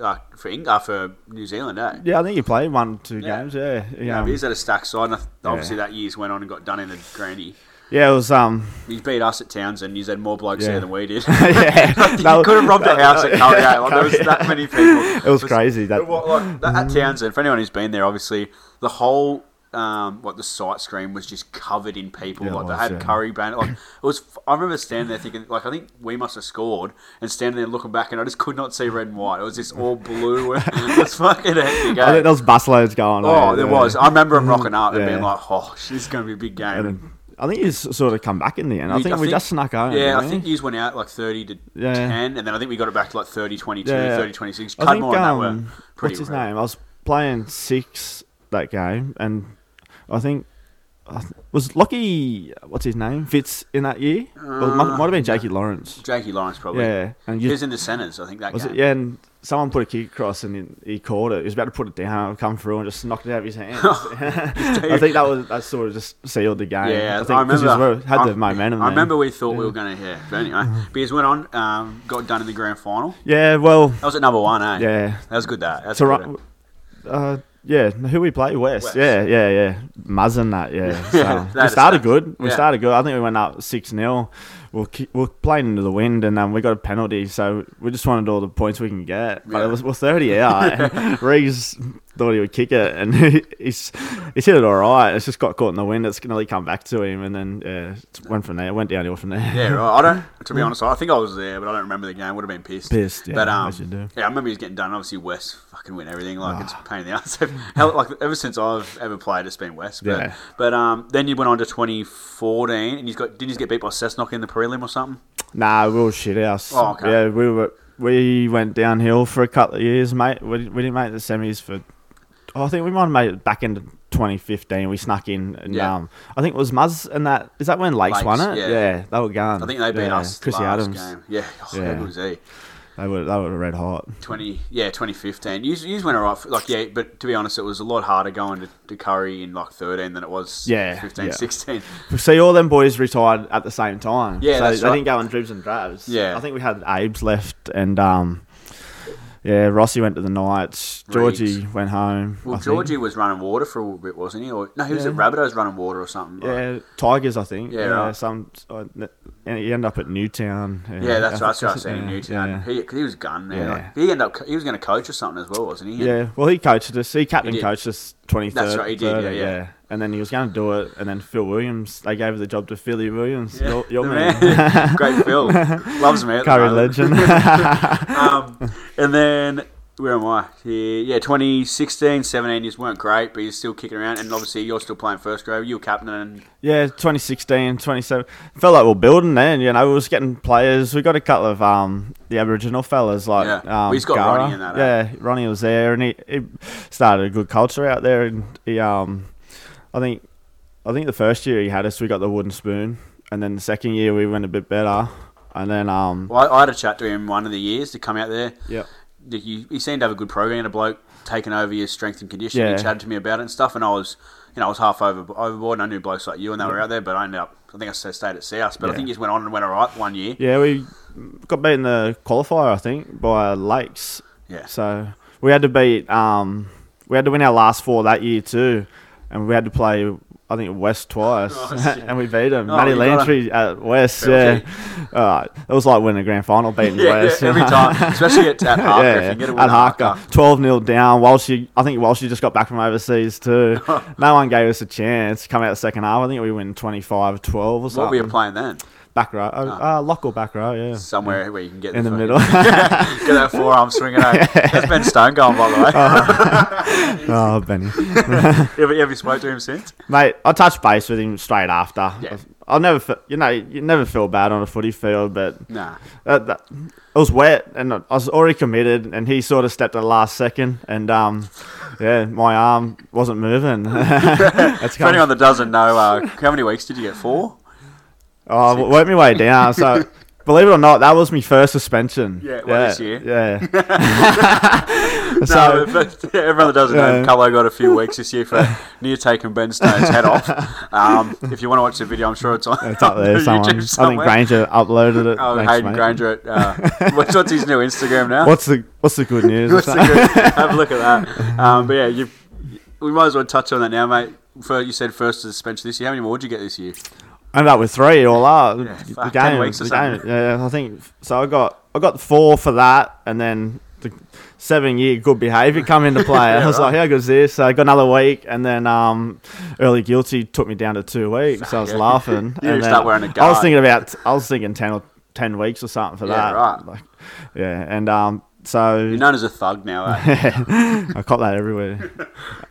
[SPEAKER 4] uh, for England, uh, for New Zealand, eh?
[SPEAKER 5] Yeah, I think you played one two
[SPEAKER 4] Yeah.
[SPEAKER 5] games. Yeah,
[SPEAKER 4] Yeah,
[SPEAKER 5] yeah,
[SPEAKER 4] but
[SPEAKER 5] um,
[SPEAKER 4] he's at a stacked side. And I th- obviously, that year's went on and got done in the granny.
[SPEAKER 5] yeah. It was um,
[SPEAKER 4] He beat us at Townsend. He's had more blokes
[SPEAKER 5] Yeah.
[SPEAKER 4] there than we did.
[SPEAKER 5] yeah.
[SPEAKER 4] you
[SPEAKER 5] that-
[SPEAKER 4] could have robbed a
[SPEAKER 5] that-
[SPEAKER 4] house at Curry. eh? Like, there was
[SPEAKER 5] Curry,
[SPEAKER 4] that
[SPEAKER 5] yeah.
[SPEAKER 4] many people.
[SPEAKER 5] It was crazy, that-
[SPEAKER 4] it wa- like, that at Townsend, for anyone who's been there, obviously the whole um, what the sight screen was just covered in people.
[SPEAKER 5] Yeah, it
[SPEAKER 4] like
[SPEAKER 5] was,
[SPEAKER 4] they had
[SPEAKER 5] yeah.
[SPEAKER 4] Curry banner. Like it was. f- I remember standing there thinking, like, I think we must have scored, and standing there looking back, and I just could not see red and white. It was just all blue. and it was fucking hectic.
[SPEAKER 5] I
[SPEAKER 4] eh?
[SPEAKER 5] think there was busloads going.
[SPEAKER 4] Oh,
[SPEAKER 5] on,
[SPEAKER 4] there
[SPEAKER 5] yeah.
[SPEAKER 4] was. I remember him rocking up and
[SPEAKER 5] Yeah.
[SPEAKER 4] being like, "Oh, shit, this is going to be a big game."
[SPEAKER 5] And then- I think you s- sort of come back in the end. I
[SPEAKER 4] We-
[SPEAKER 5] think we just snuck out.
[SPEAKER 4] Yeah, I think yous went out like 30 to
[SPEAKER 5] Yeah.
[SPEAKER 4] 10, and then I think we got it back to like 30 22,
[SPEAKER 5] Yeah, yeah.
[SPEAKER 4] 30 26.
[SPEAKER 5] I
[SPEAKER 4] Cudmore and
[SPEAKER 5] think,
[SPEAKER 4] that
[SPEAKER 5] um,
[SPEAKER 4] were pretty
[SPEAKER 5] what's his
[SPEAKER 4] rare.
[SPEAKER 5] name? I was playing six that game, and I think I th- was Lockie. What's his name? Fitz in that year. Well, it might, might have been Jakey Lawrence.
[SPEAKER 4] Uh, Jakey Lawrence, probably.
[SPEAKER 5] Yeah, and
[SPEAKER 4] he
[SPEAKER 5] you-
[SPEAKER 4] was in the centres, I think, that
[SPEAKER 5] Was
[SPEAKER 4] game.
[SPEAKER 5] it? Yeah, and someone put a kick across, and he, he caught it. He was about to put it down, come through, and just knocked it out of his hand.
[SPEAKER 4] Oh,
[SPEAKER 5] I think that was that sort of just sealed the game.
[SPEAKER 4] Yeah, I,
[SPEAKER 5] I think 'cause
[SPEAKER 4] remember.
[SPEAKER 5] he was well- had
[SPEAKER 4] I-
[SPEAKER 5] the momentum.
[SPEAKER 4] I
[SPEAKER 5] then. Mm.
[SPEAKER 4] remember we thought we were going to, yeah. But anyway, because went on, um, got done in the grand final.
[SPEAKER 5] Yeah, well,
[SPEAKER 4] That was at number one, eh?
[SPEAKER 5] yeah.
[SPEAKER 4] That was good, that. That's good.
[SPEAKER 5] Toronto. Uh, yeah, who we play? West.
[SPEAKER 4] West.
[SPEAKER 5] Yeah, yeah, yeah. Muzz and that. Yeah. So
[SPEAKER 4] Yeah,
[SPEAKER 5] we
[SPEAKER 4] that
[SPEAKER 5] started
[SPEAKER 4] is-
[SPEAKER 5] good. We
[SPEAKER 4] yeah.
[SPEAKER 5] started good. I think we went up six 0 We're ki- we're playing into the wind, and um, we got a penalty, so we just wanted all the points we can get. But
[SPEAKER 4] Yeah.
[SPEAKER 5] it was we're thirty out. and Reeves thought he would kick it, and he, he's he's hit it all right. It's just got caught in the wind. It's nearly come back to him, and then yeah, it went from there. Went downhill from there.
[SPEAKER 4] Yeah, right. I don't. To be honest, I think I was there, but I don't remember the game. Would have been pissed.
[SPEAKER 5] Mm. Pissed, yeah,
[SPEAKER 4] But um,
[SPEAKER 5] as you do.
[SPEAKER 4] yeah, I remember he was getting done. Obviously, West fucking win everything. Like
[SPEAKER 5] Ah.
[SPEAKER 4] it's a pain in the ass. Hell, like ever since I've ever played, it's been West. But,
[SPEAKER 5] Yeah.
[SPEAKER 4] But um, then you went on to 2014, and you got didn't you get beat by Cessnock in the prelim or something?
[SPEAKER 5] Nah, we were shit house.
[SPEAKER 4] Oh, okay.
[SPEAKER 5] Yeah, we were we went downhill for a couple of years, mate. We, we didn't make the semis for. Oh, I think we might have made it back into 2015. We snuck in, and
[SPEAKER 4] Yeah.
[SPEAKER 5] um, I think it was Muzz and that. Is that when Lakes, won
[SPEAKER 4] Lakes,
[SPEAKER 5] it?
[SPEAKER 4] yeah.
[SPEAKER 5] they were gone.
[SPEAKER 4] I think they beat
[SPEAKER 5] yeah.
[SPEAKER 4] us
[SPEAKER 5] Chrissy
[SPEAKER 4] last
[SPEAKER 5] Adams.
[SPEAKER 4] game. Yeah, oh,
[SPEAKER 5] Yeah.
[SPEAKER 4] Who was he?
[SPEAKER 5] They were they were red hot.
[SPEAKER 4] 20 yeah 2015 you, you went alright for- like yeah but to be honest it was a lot harder going to, to Curry in like 13 than it was
[SPEAKER 5] Yeah,
[SPEAKER 4] 15
[SPEAKER 5] yeah.
[SPEAKER 4] 16
[SPEAKER 5] See, all them boys retired at the same time.
[SPEAKER 4] Yeah,
[SPEAKER 5] so
[SPEAKER 4] that's
[SPEAKER 5] they
[SPEAKER 4] right.
[SPEAKER 5] didn't go in dribs and drabs.
[SPEAKER 4] Yeah.
[SPEAKER 5] I think we had Abe's left, and um, yeah, Rossi went to the Knights. Georgie
[SPEAKER 4] Reeves.
[SPEAKER 5] went home.
[SPEAKER 4] Well,
[SPEAKER 5] I think.
[SPEAKER 4] Georgie was running water for a little bit, wasn't he? Or no, he was
[SPEAKER 5] Yeah.
[SPEAKER 4] at Rabbitohs running water or something. right?
[SPEAKER 5] Yeah, Tigers, I think.
[SPEAKER 4] Yeah,
[SPEAKER 5] Yeah,
[SPEAKER 4] right.
[SPEAKER 5] some. uh, n- And you end up at Newtown.
[SPEAKER 4] yeah, that's
[SPEAKER 5] I
[SPEAKER 4] right. That's
[SPEAKER 5] think
[SPEAKER 4] what I seen in Newtown.
[SPEAKER 5] Yeah.
[SPEAKER 4] He, 'cause he was gun man.
[SPEAKER 5] Yeah.
[SPEAKER 4] Like, he ended up. He was going to coach or something as well, wasn't he?
[SPEAKER 5] Yeah, well, he coached us. He captain
[SPEAKER 4] did.
[SPEAKER 5] coached us twenty third.
[SPEAKER 4] right, he did, yeah, yeah.
[SPEAKER 5] And then he was going to do it, and then Phil Williams. They gave the job to Philly Williams.
[SPEAKER 4] Yeah,
[SPEAKER 5] Your, your
[SPEAKER 4] the
[SPEAKER 5] man.
[SPEAKER 4] man. Great Phil. Loves me. at the
[SPEAKER 5] Curry
[SPEAKER 4] moment.
[SPEAKER 5] legend.
[SPEAKER 4] um, and then where am I? Yeah, yeah 2016, 17 years weren't great, but you're still kicking around. And obviously, you're still playing first grade. You were captain. And
[SPEAKER 5] yeah, 2016, 27. Felt like we were building then. You know, we was getting players. We got a couple of um the Aboriginal fellas like
[SPEAKER 4] Yeah.
[SPEAKER 5] um,
[SPEAKER 4] We just got
[SPEAKER 5] Gara.
[SPEAKER 4] Ronnie in that, eh?
[SPEAKER 5] Yeah, Ronnie was there, and he, he started a good culture out there. And he um, I think I think the first year he had us, we got the wooden spoon, and then the second year we went a bit better, and then um,
[SPEAKER 4] well, I, I had a chat to him one of the years to come out there.
[SPEAKER 5] yeah,
[SPEAKER 4] Like, you, he seemed to have a good program. and A bloke taking over your strength and conditioning.
[SPEAKER 5] Yeah.
[SPEAKER 4] He chatted to me about it and stuff, and I was, you know, I was half over overboard. And I knew blokes like you, and they were out there. But I ended up, I think I s- stayed at South. But I
[SPEAKER 5] Yeah.
[SPEAKER 4] think he just went on and went all right one year.
[SPEAKER 5] yeah, we got beat in the qualifier, I think, by Lakes.
[SPEAKER 4] Yeah.
[SPEAKER 5] So we had to beat um, we had to win our last four that year too. and we had to play. I think West twice,
[SPEAKER 4] Oh, shit.
[SPEAKER 5] and we beat them.
[SPEAKER 4] Oh,
[SPEAKER 5] Matty
[SPEAKER 4] you gotta-
[SPEAKER 5] Lantry at West,
[SPEAKER 4] Penalty.
[SPEAKER 5] yeah. Uh, it was like winning a grand final, beating
[SPEAKER 4] Yeah,
[SPEAKER 5] West
[SPEAKER 4] yeah, every time, especially at, at Harker. if you can get a win
[SPEAKER 5] at Harker,
[SPEAKER 4] Harker.
[SPEAKER 5] twelve 0 down. Walshy, I think Walshy just got back from overseas too. no one gave us a chance. Come out the second half, I think we win 25-12 or something.
[SPEAKER 4] What were you playing then?
[SPEAKER 5] Back row, uh, uh, lock or back row, yeah.
[SPEAKER 4] Somewhere where you can get
[SPEAKER 5] In the
[SPEAKER 4] fucking-
[SPEAKER 5] middle.
[SPEAKER 4] get that forearm swinging. Over. That's Ben Stone going by the way.
[SPEAKER 5] oh, Benny,
[SPEAKER 4] have, you, have you spoke to him since?
[SPEAKER 5] mate, I touched base with him straight after.
[SPEAKER 4] Yeah.
[SPEAKER 5] I'll never, fe- you know, you never feel bad on a footy field, but
[SPEAKER 4] Nah.
[SPEAKER 5] that, that, it was wet and I was already committed and he sort of stepped at the last second and um yeah my arm wasn't moving that's
[SPEAKER 4] For
[SPEAKER 5] kind
[SPEAKER 4] anyone
[SPEAKER 5] of
[SPEAKER 4] that doesn't know, uh, how many weeks did you get? Four.
[SPEAKER 5] oh, I worked my way down so believe it or not that was my first suspension
[SPEAKER 4] Yeah, well, this year.
[SPEAKER 5] yeah
[SPEAKER 4] No,
[SPEAKER 5] so
[SPEAKER 4] but everyone that doesn't know,
[SPEAKER 5] Yeah.
[SPEAKER 4] Carlo got a few weeks this year for near taking Ben Stone's head off. Um, if you want to watch the video, I'm sure it's on,
[SPEAKER 5] it's up
[SPEAKER 4] on
[SPEAKER 5] there
[SPEAKER 4] the
[SPEAKER 5] someone.
[SPEAKER 4] YouTube
[SPEAKER 5] I think
[SPEAKER 4] somewhere.
[SPEAKER 5] Granger uploaded it
[SPEAKER 4] Oh,
[SPEAKER 5] Thanks,
[SPEAKER 4] Hayden
[SPEAKER 5] mate.
[SPEAKER 4] Granger. At, uh, what's, what's his new Instagram now?
[SPEAKER 5] what's the what's the good news
[SPEAKER 4] What's the good- Have a look at that. Um, but yeah, you, we might as well touch on that now, mate. For, you said first suspension this year. How many more did you get this year?
[SPEAKER 5] ended up with three all up.
[SPEAKER 4] Yeah,
[SPEAKER 5] the
[SPEAKER 4] fuck,
[SPEAKER 5] game,
[SPEAKER 4] 10 weeks or
[SPEAKER 5] the
[SPEAKER 4] something.
[SPEAKER 5] game, yeah, I think so. I got I got four for that, and then the seven year good behaviour come into play. I was like, how good is this? So I got another week, and then um, early guilty took me down to two weeks. So I was
[SPEAKER 4] Fuck, yeah.
[SPEAKER 5] laughing.
[SPEAKER 4] You
[SPEAKER 5] and then
[SPEAKER 4] start wearing a
[SPEAKER 5] I was
[SPEAKER 4] guard.
[SPEAKER 5] thinking about I was thinking ten or ten weeks or something for
[SPEAKER 4] Yeah,
[SPEAKER 5] that.
[SPEAKER 4] right.
[SPEAKER 5] Like, yeah, and um, so
[SPEAKER 4] You're known as a thug now. Eh?
[SPEAKER 5] I caught that everywhere.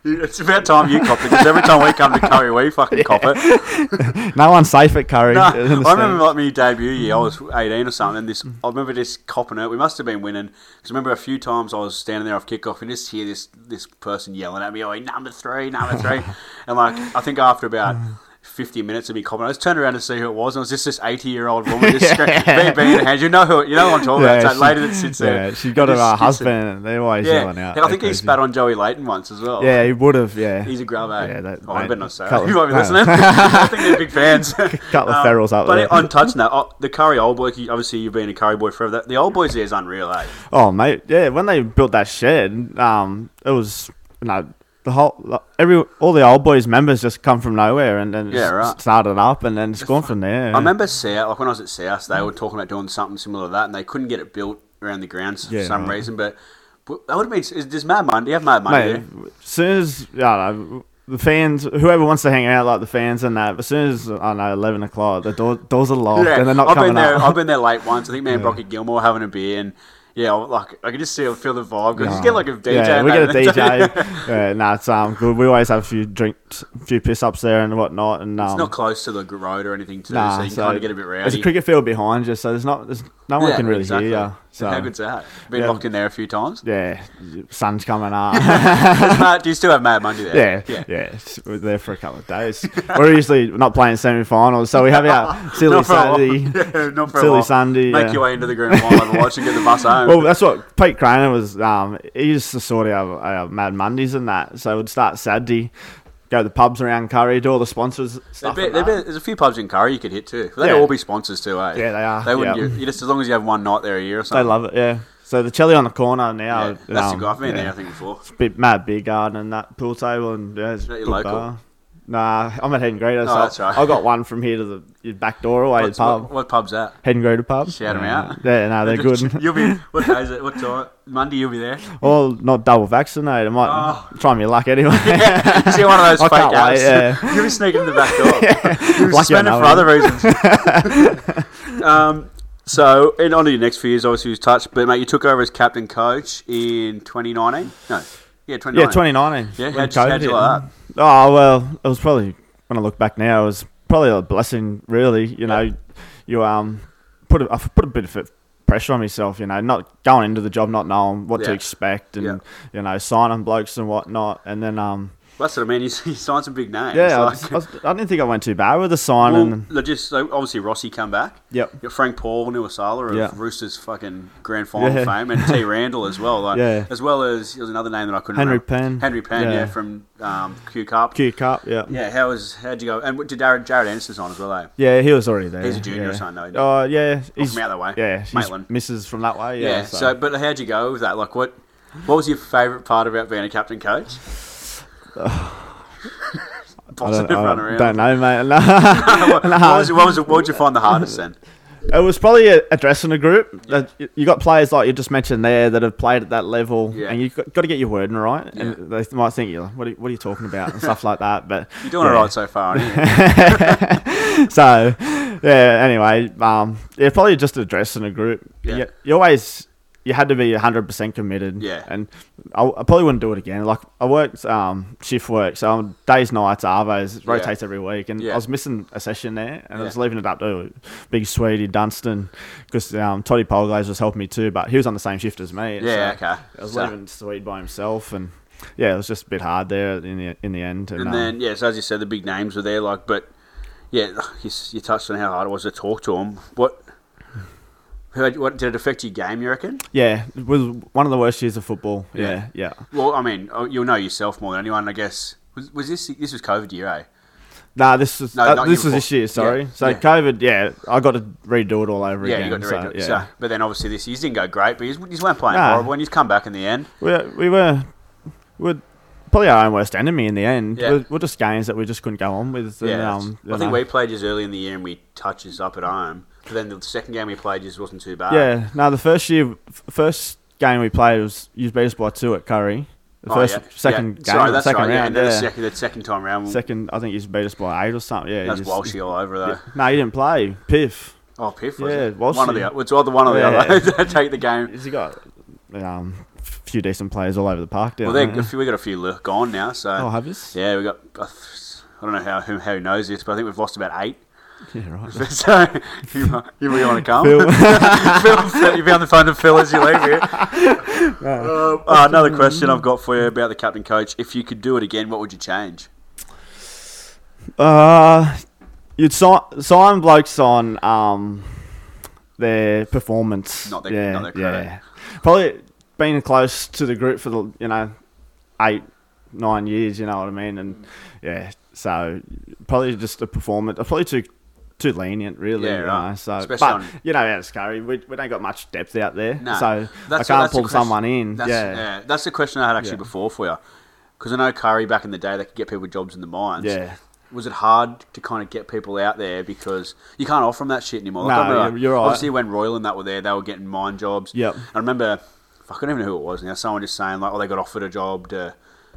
[SPEAKER 4] It's about time you copped it because every time we come to Curry, we fucking cop it.
[SPEAKER 5] No one's safe at Curry.
[SPEAKER 4] No,
[SPEAKER 5] in the
[SPEAKER 4] I remember
[SPEAKER 5] stands.
[SPEAKER 4] like my debut year. I was 18 or something. And this,
[SPEAKER 5] Mm.
[SPEAKER 4] I remember just copping it. We must have been winning because I remember a few times I was standing there off kickoff and just hear this this person yelling at me, "Oh, number three, number three. and like I think after about.
[SPEAKER 5] Mm.
[SPEAKER 4] 50 minutes of me copping. it, I just turned around to see who it was, and it was just this 80 year old woman just screaming, bang, bang in her hands. You know who, you know what I'm talking about. It's that
[SPEAKER 5] she-
[SPEAKER 4] lady that sits there.
[SPEAKER 5] Yeah, she got her
[SPEAKER 4] Just
[SPEAKER 5] uh,
[SPEAKER 4] sits
[SPEAKER 5] husband.
[SPEAKER 4] there.
[SPEAKER 5] And they're always
[SPEAKER 4] Yeah,
[SPEAKER 5] yelling out.
[SPEAKER 4] I think
[SPEAKER 5] They're
[SPEAKER 4] he
[SPEAKER 5] crazy.
[SPEAKER 4] spat on Joey Layton once as well.
[SPEAKER 5] Yeah, he would have. Yeah,
[SPEAKER 4] He's a grubbo.
[SPEAKER 5] Yeah, that-
[SPEAKER 4] oh, I
[SPEAKER 5] mate,
[SPEAKER 4] better not say that.
[SPEAKER 5] couple-
[SPEAKER 4] You won't be
[SPEAKER 5] no.
[SPEAKER 4] listening. I think they're big fans. Um,
[SPEAKER 5] Couple of ferals out
[SPEAKER 4] but
[SPEAKER 5] there.
[SPEAKER 4] it- on touching that, oh, the Curry old boy, you- obviously you've been a Curry boy forever. That- The old boys there is unreal, eh?
[SPEAKER 5] oh mate, yeah. When they built that shed, um, it was you know the whole every all the old boys members just come from nowhere and then
[SPEAKER 4] Yeah,
[SPEAKER 5] s-
[SPEAKER 4] right.
[SPEAKER 5] started up and then it's gone from there.
[SPEAKER 4] I remember South, like when I was at South, they were talking about doing something similar to that, and they couldn't get it built around the grounds for
[SPEAKER 5] Yeah,
[SPEAKER 4] some
[SPEAKER 5] right.
[SPEAKER 4] reason. But, but that would have been, is, does Mad Money, do you have Mad Money
[SPEAKER 5] mate.
[SPEAKER 4] there?
[SPEAKER 5] As soon as I don't know, the fans, whoever wants to hang out like the fans and that, as soon as I don't know eleven o'clock, the door, doors are locked and they're not
[SPEAKER 4] I've
[SPEAKER 5] coming
[SPEAKER 4] been there.
[SPEAKER 5] up.
[SPEAKER 4] I've been there late once. I think me and Brocky Gilmore having a beer, and yeah, I- like I can just see, feel the vibe. 'cause you get like a DJ.
[SPEAKER 5] Yeah, we get a
[SPEAKER 4] mate.
[SPEAKER 5] DJ. yeah, nah, it's um good. We always have a few drinks, a few piss ups there and whatnot. And um,
[SPEAKER 4] It's not close to the road or anything too, so
[SPEAKER 5] nah,
[SPEAKER 4] you can
[SPEAKER 5] so
[SPEAKER 4] kind of get a bit rowdy.
[SPEAKER 5] There's a cricket field behind you, so there's not there's no one
[SPEAKER 4] Yeah,
[SPEAKER 5] can really
[SPEAKER 4] exactly. eh?
[SPEAKER 5] hear you. So
[SPEAKER 4] How good's that? Been
[SPEAKER 5] Yeah.
[SPEAKER 4] locked in there a few times.
[SPEAKER 5] yeah, sun's coming up.
[SPEAKER 4] Does Matt- do you still have Mad Monday
[SPEAKER 5] yeah,
[SPEAKER 4] there?
[SPEAKER 5] yeah, it's- We're there for a couple of days. we're usually not playing semi-finals, so we have our silly
[SPEAKER 4] Not for a while.
[SPEAKER 5] Saturday.
[SPEAKER 4] Yeah, not for a
[SPEAKER 5] Silly
[SPEAKER 4] while.
[SPEAKER 5] Sunday,
[SPEAKER 4] Make
[SPEAKER 5] yeah.
[SPEAKER 4] your way into the green while I'm watching. Get the bus home.
[SPEAKER 5] Well, that's what Pete Craner was. Um, he used to sort out uh, Mad Mondays and that. So we'd start Saturday, go to the pubs around Curry, do all the sponsors
[SPEAKER 4] There'd
[SPEAKER 5] stuff.
[SPEAKER 4] be-
[SPEAKER 5] and
[SPEAKER 4] there'd
[SPEAKER 5] that.
[SPEAKER 4] be- there's a few pubs in Curry you could hit too. They'd
[SPEAKER 5] Yeah.
[SPEAKER 4] all be sponsors too, eh?
[SPEAKER 5] Yeah, they are.
[SPEAKER 4] They wouldn't.
[SPEAKER 5] Yeah.
[SPEAKER 4] Give, you just as long as you have one night there a year or
[SPEAKER 5] They
[SPEAKER 4] something.
[SPEAKER 5] love it, yeah. So the chili on the corner now.
[SPEAKER 4] Yeah, that's
[SPEAKER 5] um,
[SPEAKER 4] the guy. I've been
[SPEAKER 5] yeah.
[SPEAKER 4] there, I think, before.
[SPEAKER 5] Bit mad beer garden and that pool table and yeah, it's
[SPEAKER 4] that
[SPEAKER 5] a
[SPEAKER 4] your
[SPEAKER 5] good
[SPEAKER 4] local? Oh,
[SPEAKER 5] bar. Nah, I'm at Head Greeter, so
[SPEAKER 4] that's right.
[SPEAKER 5] I got one from here to the your back door away to the
[SPEAKER 4] What's- what,
[SPEAKER 5] pub.
[SPEAKER 4] what pub's that?
[SPEAKER 5] Head Greeter pub.
[SPEAKER 4] Shout 'em
[SPEAKER 5] yeah.
[SPEAKER 4] out.
[SPEAKER 5] Yeah, no, they're good.
[SPEAKER 4] You'll be. What day is it? What time? Monday. You'll be there.
[SPEAKER 5] Or not double vaccinated. I might
[SPEAKER 4] Oh.
[SPEAKER 5] try my luck anyway.
[SPEAKER 4] See one of those
[SPEAKER 5] I
[SPEAKER 4] fake
[SPEAKER 5] can't
[SPEAKER 4] apps.
[SPEAKER 5] wait, yeah.
[SPEAKER 4] You'll be sneaking in the back door. You'll
[SPEAKER 5] Lucky I
[SPEAKER 4] spend it
[SPEAKER 5] know
[SPEAKER 4] for
[SPEAKER 5] him.
[SPEAKER 4] other reasons. um, so, and on to your next few years, obviously, was touched. But, mate, you took over as captain coach in 2019? No. Yeah, 2019.
[SPEAKER 5] yeah, 2019.
[SPEAKER 4] Yeah,
[SPEAKER 5] when
[SPEAKER 4] how'd you- how'd you
[SPEAKER 5] COVID
[SPEAKER 4] like
[SPEAKER 5] hit. Oh, well, it was probably, when I look back now, it was probably a blessing, really. You know, you um put a, I've put a bit of pressure on myself, you know, not going into the job, not knowing what to
[SPEAKER 4] Yeah.
[SPEAKER 5] expect and,
[SPEAKER 4] Yeah.
[SPEAKER 5] you know, signing blokes and whatnot. And then, um,
[SPEAKER 4] That's what I mean. You, you signed some big names.
[SPEAKER 5] yeah, I,
[SPEAKER 4] Like,
[SPEAKER 5] was- I, was- I didn't think I went too bad with the sign.
[SPEAKER 4] well,
[SPEAKER 5] and
[SPEAKER 4] they just, so obviously, Rossi come back.
[SPEAKER 5] Yep.
[SPEAKER 4] You got Frank Paul, Nuasala of
[SPEAKER 5] Yeah.
[SPEAKER 4] Roosters fucking grand final
[SPEAKER 5] Yeah.
[SPEAKER 4] fame, and T. Randall as well. Like,
[SPEAKER 5] Yeah.
[SPEAKER 4] As well as, there was another name that I couldn't
[SPEAKER 5] Henry
[SPEAKER 4] remember.
[SPEAKER 5] Penn.
[SPEAKER 4] Henry Penn, yeah,
[SPEAKER 5] Yeah.
[SPEAKER 4] from um, Q Cup.
[SPEAKER 5] Q Cup, yeah. yeah.
[SPEAKER 4] Yeah, how was how'd you go? And what- did Jared, Jared Anderson's on as well, eh?
[SPEAKER 5] he was already there.
[SPEAKER 4] He's a junior or
[SPEAKER 5] yeah.
[SPEAKER 4] something, though, isn't he?
[SPEAKER 5] Oh, yeah. He's
[SPEAKER 4] from out that way.
[SPEAKER 5] Yeah, he's
[SPEAKER 4] Maitland.
[SPEAKER 5] misses from that way. Yeah.
[SPEAKER 4] so. but how'd you go with that? Like, what what was your favourite part about being a captain coach? positive
[SPEAKER 5] I
[SPEAKER 4] run around.
[SPEAKER 5] don't know, mate. No.
[SPEAKER 4] what, what was, what was what would you find the hardest then?
[SPEAKER 5] it was probably a, a dress in a group. That y- You got players like you just mentioned there that have played at that level,
[SPEAKER 4] Yeah.
[SPEAKER 5] and you've got, got to get your word in right. And they might think you, what are, you- what are you talking about and stuff like that. But
[SPEAKER 4] You're doing
[SPEAKER 5] yeah.
[SPEAKER 4] it right so far, aren't you?
[SPEAKER 5] so yeah anyway um yeah probably just a dress in a group
[SPEAKER 4] Yeah.
[SPEAKER 5] you, you always you had to be 100% committed
[SPEAKER 4] Yeah.
[SPEAKER 5] and I, I probably wouldn't do it again like i worked um shift work so I'm days nights arvos it
[SPEAKER 4] Yeah.
[SPEAKER 5] rotates every week and
[SPEAKER 4] Yeah.
[SPEAKER 5] i was missing a session there and i was
[SPEAKER 4] Yeah.
[SPEAKER 5] leaving it up to big sweetie dunstan because um toddy polglaze was helping me too but he was on the same shift as me
[SPEAKER 4] Yeah,
[SPEAKER 5] so
[SPEAKER 4] okay.
[SPEAKER 5] i was
[SPEAKER 4] So-
[SPEAKER 5] leaving sweet by himself and yeah it was just a bit hard there in the in the end and,
[SPEAKER 4] And
[SPEAKER 5] um,
[SPEAKER 4] then, yeah, so as you said, the big names were there. Like, but yeah, you, s- you touched on how hard it was to talk to them. What, how- what did it affect your game? You reckon?
[SPEAKER 5] Yeah, it was one of the worst years of football.
[SPEAKER 4] Yeah.
[SPEAKER 5] Yeah, yeah.
[SPEAKER 4] Well, I mean, oh, you'll know yourself more than anyone, I guess. Was, was this this was COVID year, eh?
[SPEAKER 5] Nah, this was
[SPEAKER 4] No,
[SPEAKER 5] uh,
[SPEAKER 4] not
[SPEAKER 5] this
[SPEAKER 4] you
[SPEAKER 5] was this
[SPEAKER 4] before.
[SPEAKER 5] year. Sorry.
[SPEAKER 4] Yeah,
[SPEAKER 5] So
[SPEAKER 4] yeah.
[SPEAKER 5] COVID. Yeah, I got to redo it all over
[SPEAKER 4] Yeah,
[SPEAKER 5] again.
[SPEAKER 4] you got to
[SPEAKER 5] so,
[SPEAKER 4] read it.
[SPEAKER 5] yeah.
[SPEAKER 4] So, but then obviously this year didn't go great. But he's, he's weren't playing
[SPEAKER 5] Nah.
[SPEAKER 4] horrible, and he's come back in the end.
[SPEAKER 5] we, we were we were probably our own worst enemy in the end.
[SPEAKER 4] Yeah.
[SPEAKER 5] We're, we're just games that we just couldn't go on with. and,
[SPEAKER 4] Yeah,
[SPEAKER 5] um,
[SPEAKER 4] I
[SPEAKER 5] you
[SPEAKER 4] think
[SPEAKER 5] know.
[SPEAKER 4] we played just early in the year, and we touches up at home. But then the second game we played just wasn't too bad.
[SPEAKER 5] Yeah. No, the first year, f- first game we played was you beat us by two at Curry. The
[SPEAKER 4] Oh,
[SPEAKER 5] first,
[SPEAKER 4] yeah.
[SPEAKER 5] second
[SPEAKER 4] Yeah.
[SPEAKER 5] game,
[SPEAKER 4] Sorry,
[SPEAKER 5] the
[SPEAKER 4] that's
[SPEAKER 5] second
[SPEAKER 4] right. yeah,
[SPEAKER 5] round.
[SPEAKER 4] and
[SPEAKER 5] Yeah,
[SPEAKER 4] then the second, the second time round,
[SPEAKER 5] second. I think you beat us by eight or something. Yeah.
[SPEAKER 4] that's
[SPEAKER 5] you just-
[SPEAKER 4] Walshy all over though.
[SPEAKER 5] No, you didn't play. Piff.
[SPEAKER 4] Oh, Piff was
[SPEAKER 5] Yeah,
[SPEAKER 4] it?
[SPEAKER 5] Walshy.
[SPEAKER 4] one of the it's either one or the
[SPEAKER 5] Yeah.
[SPEAKER 4] other. Take the game.
[SPEAKER 5] Has he got um, a few decent players all over the park down
[SPEAKER 4] Well, they
[SPEAKER 5] there?
[SPEAKER 4] we got a few lo- gone now. So
[SPEAKER 5] Oh, have us? Yeah.
[SPEAKER 4] yeah, we got. I don't know how who, who knows this, but I think we've lost about eight.
[SPEAKER 5] right.
[SPEAKER 4] so you, might- you really want to come?
[SPEAKER 5] Phil.
[SPEAKER 4] Phil, Phil, you'll be on the phone to Phil as you leave here. Um, uh, another question I've got for you about the captain coach. If you could do it again, what would you change?
[SPEAKER 5] Uh, you'd sign, sign blokes on um, their performance.
[SPEAKER 4] Not their-
[SPEAKER 5] yeah,
[SPEAKER 4] not their credit.
[SPEAKER 5] Yeah. Probably being close to the group for the, you know, eight, nine years, you know what I mean? And yeah, so probably just a performance. Probably too. Too lenient, really.
[SPEAKER 4] Yeah,
[SPEAKER 5] you
[SPEAKER 4] right.
[SPEAKER 5] know, so,
[SPEAKER 4] Especially
[SPEAKER 5] but
[SPEAKER 4] on-
[SPEAKER 5] you know, how it's Curry, we, we don't got much depth out there,
[SPEAKER 4] No.
[SPEAKER 5] so I
[SPEAKER 4] That's-
[SPEAKER 5] can't
[SPEAKER 4] that's the
[SPEAKER 5] pull
[SPEAKER 4] question-
[SPEAKER 5] someone in.
[SPEAKER 4] That's, that's the question I had actually
[SPEAKER 5] Yeah.
[SPEAKER 4] before for you. Because I know Curry back in the day, they could get people jobs in the mines.
[SPEAKER 5] Yeah.
[SPEAKER 4] Was it hard to kind of get people out there because you can't offer them that shit anymore?
[SPEAKER 5] No,
[SPEAKER 4] I remember-
[SPEAKER 5] you're- you're right.
[SPEAKER 4] Obviously, when Royal and that were there, they were getting mine jobs.
[SPEAKER 5] Yep.
[SPEAKER 4] I remember, I couldn't even know who it was now. Someone just saying like, oh, they got offered a job to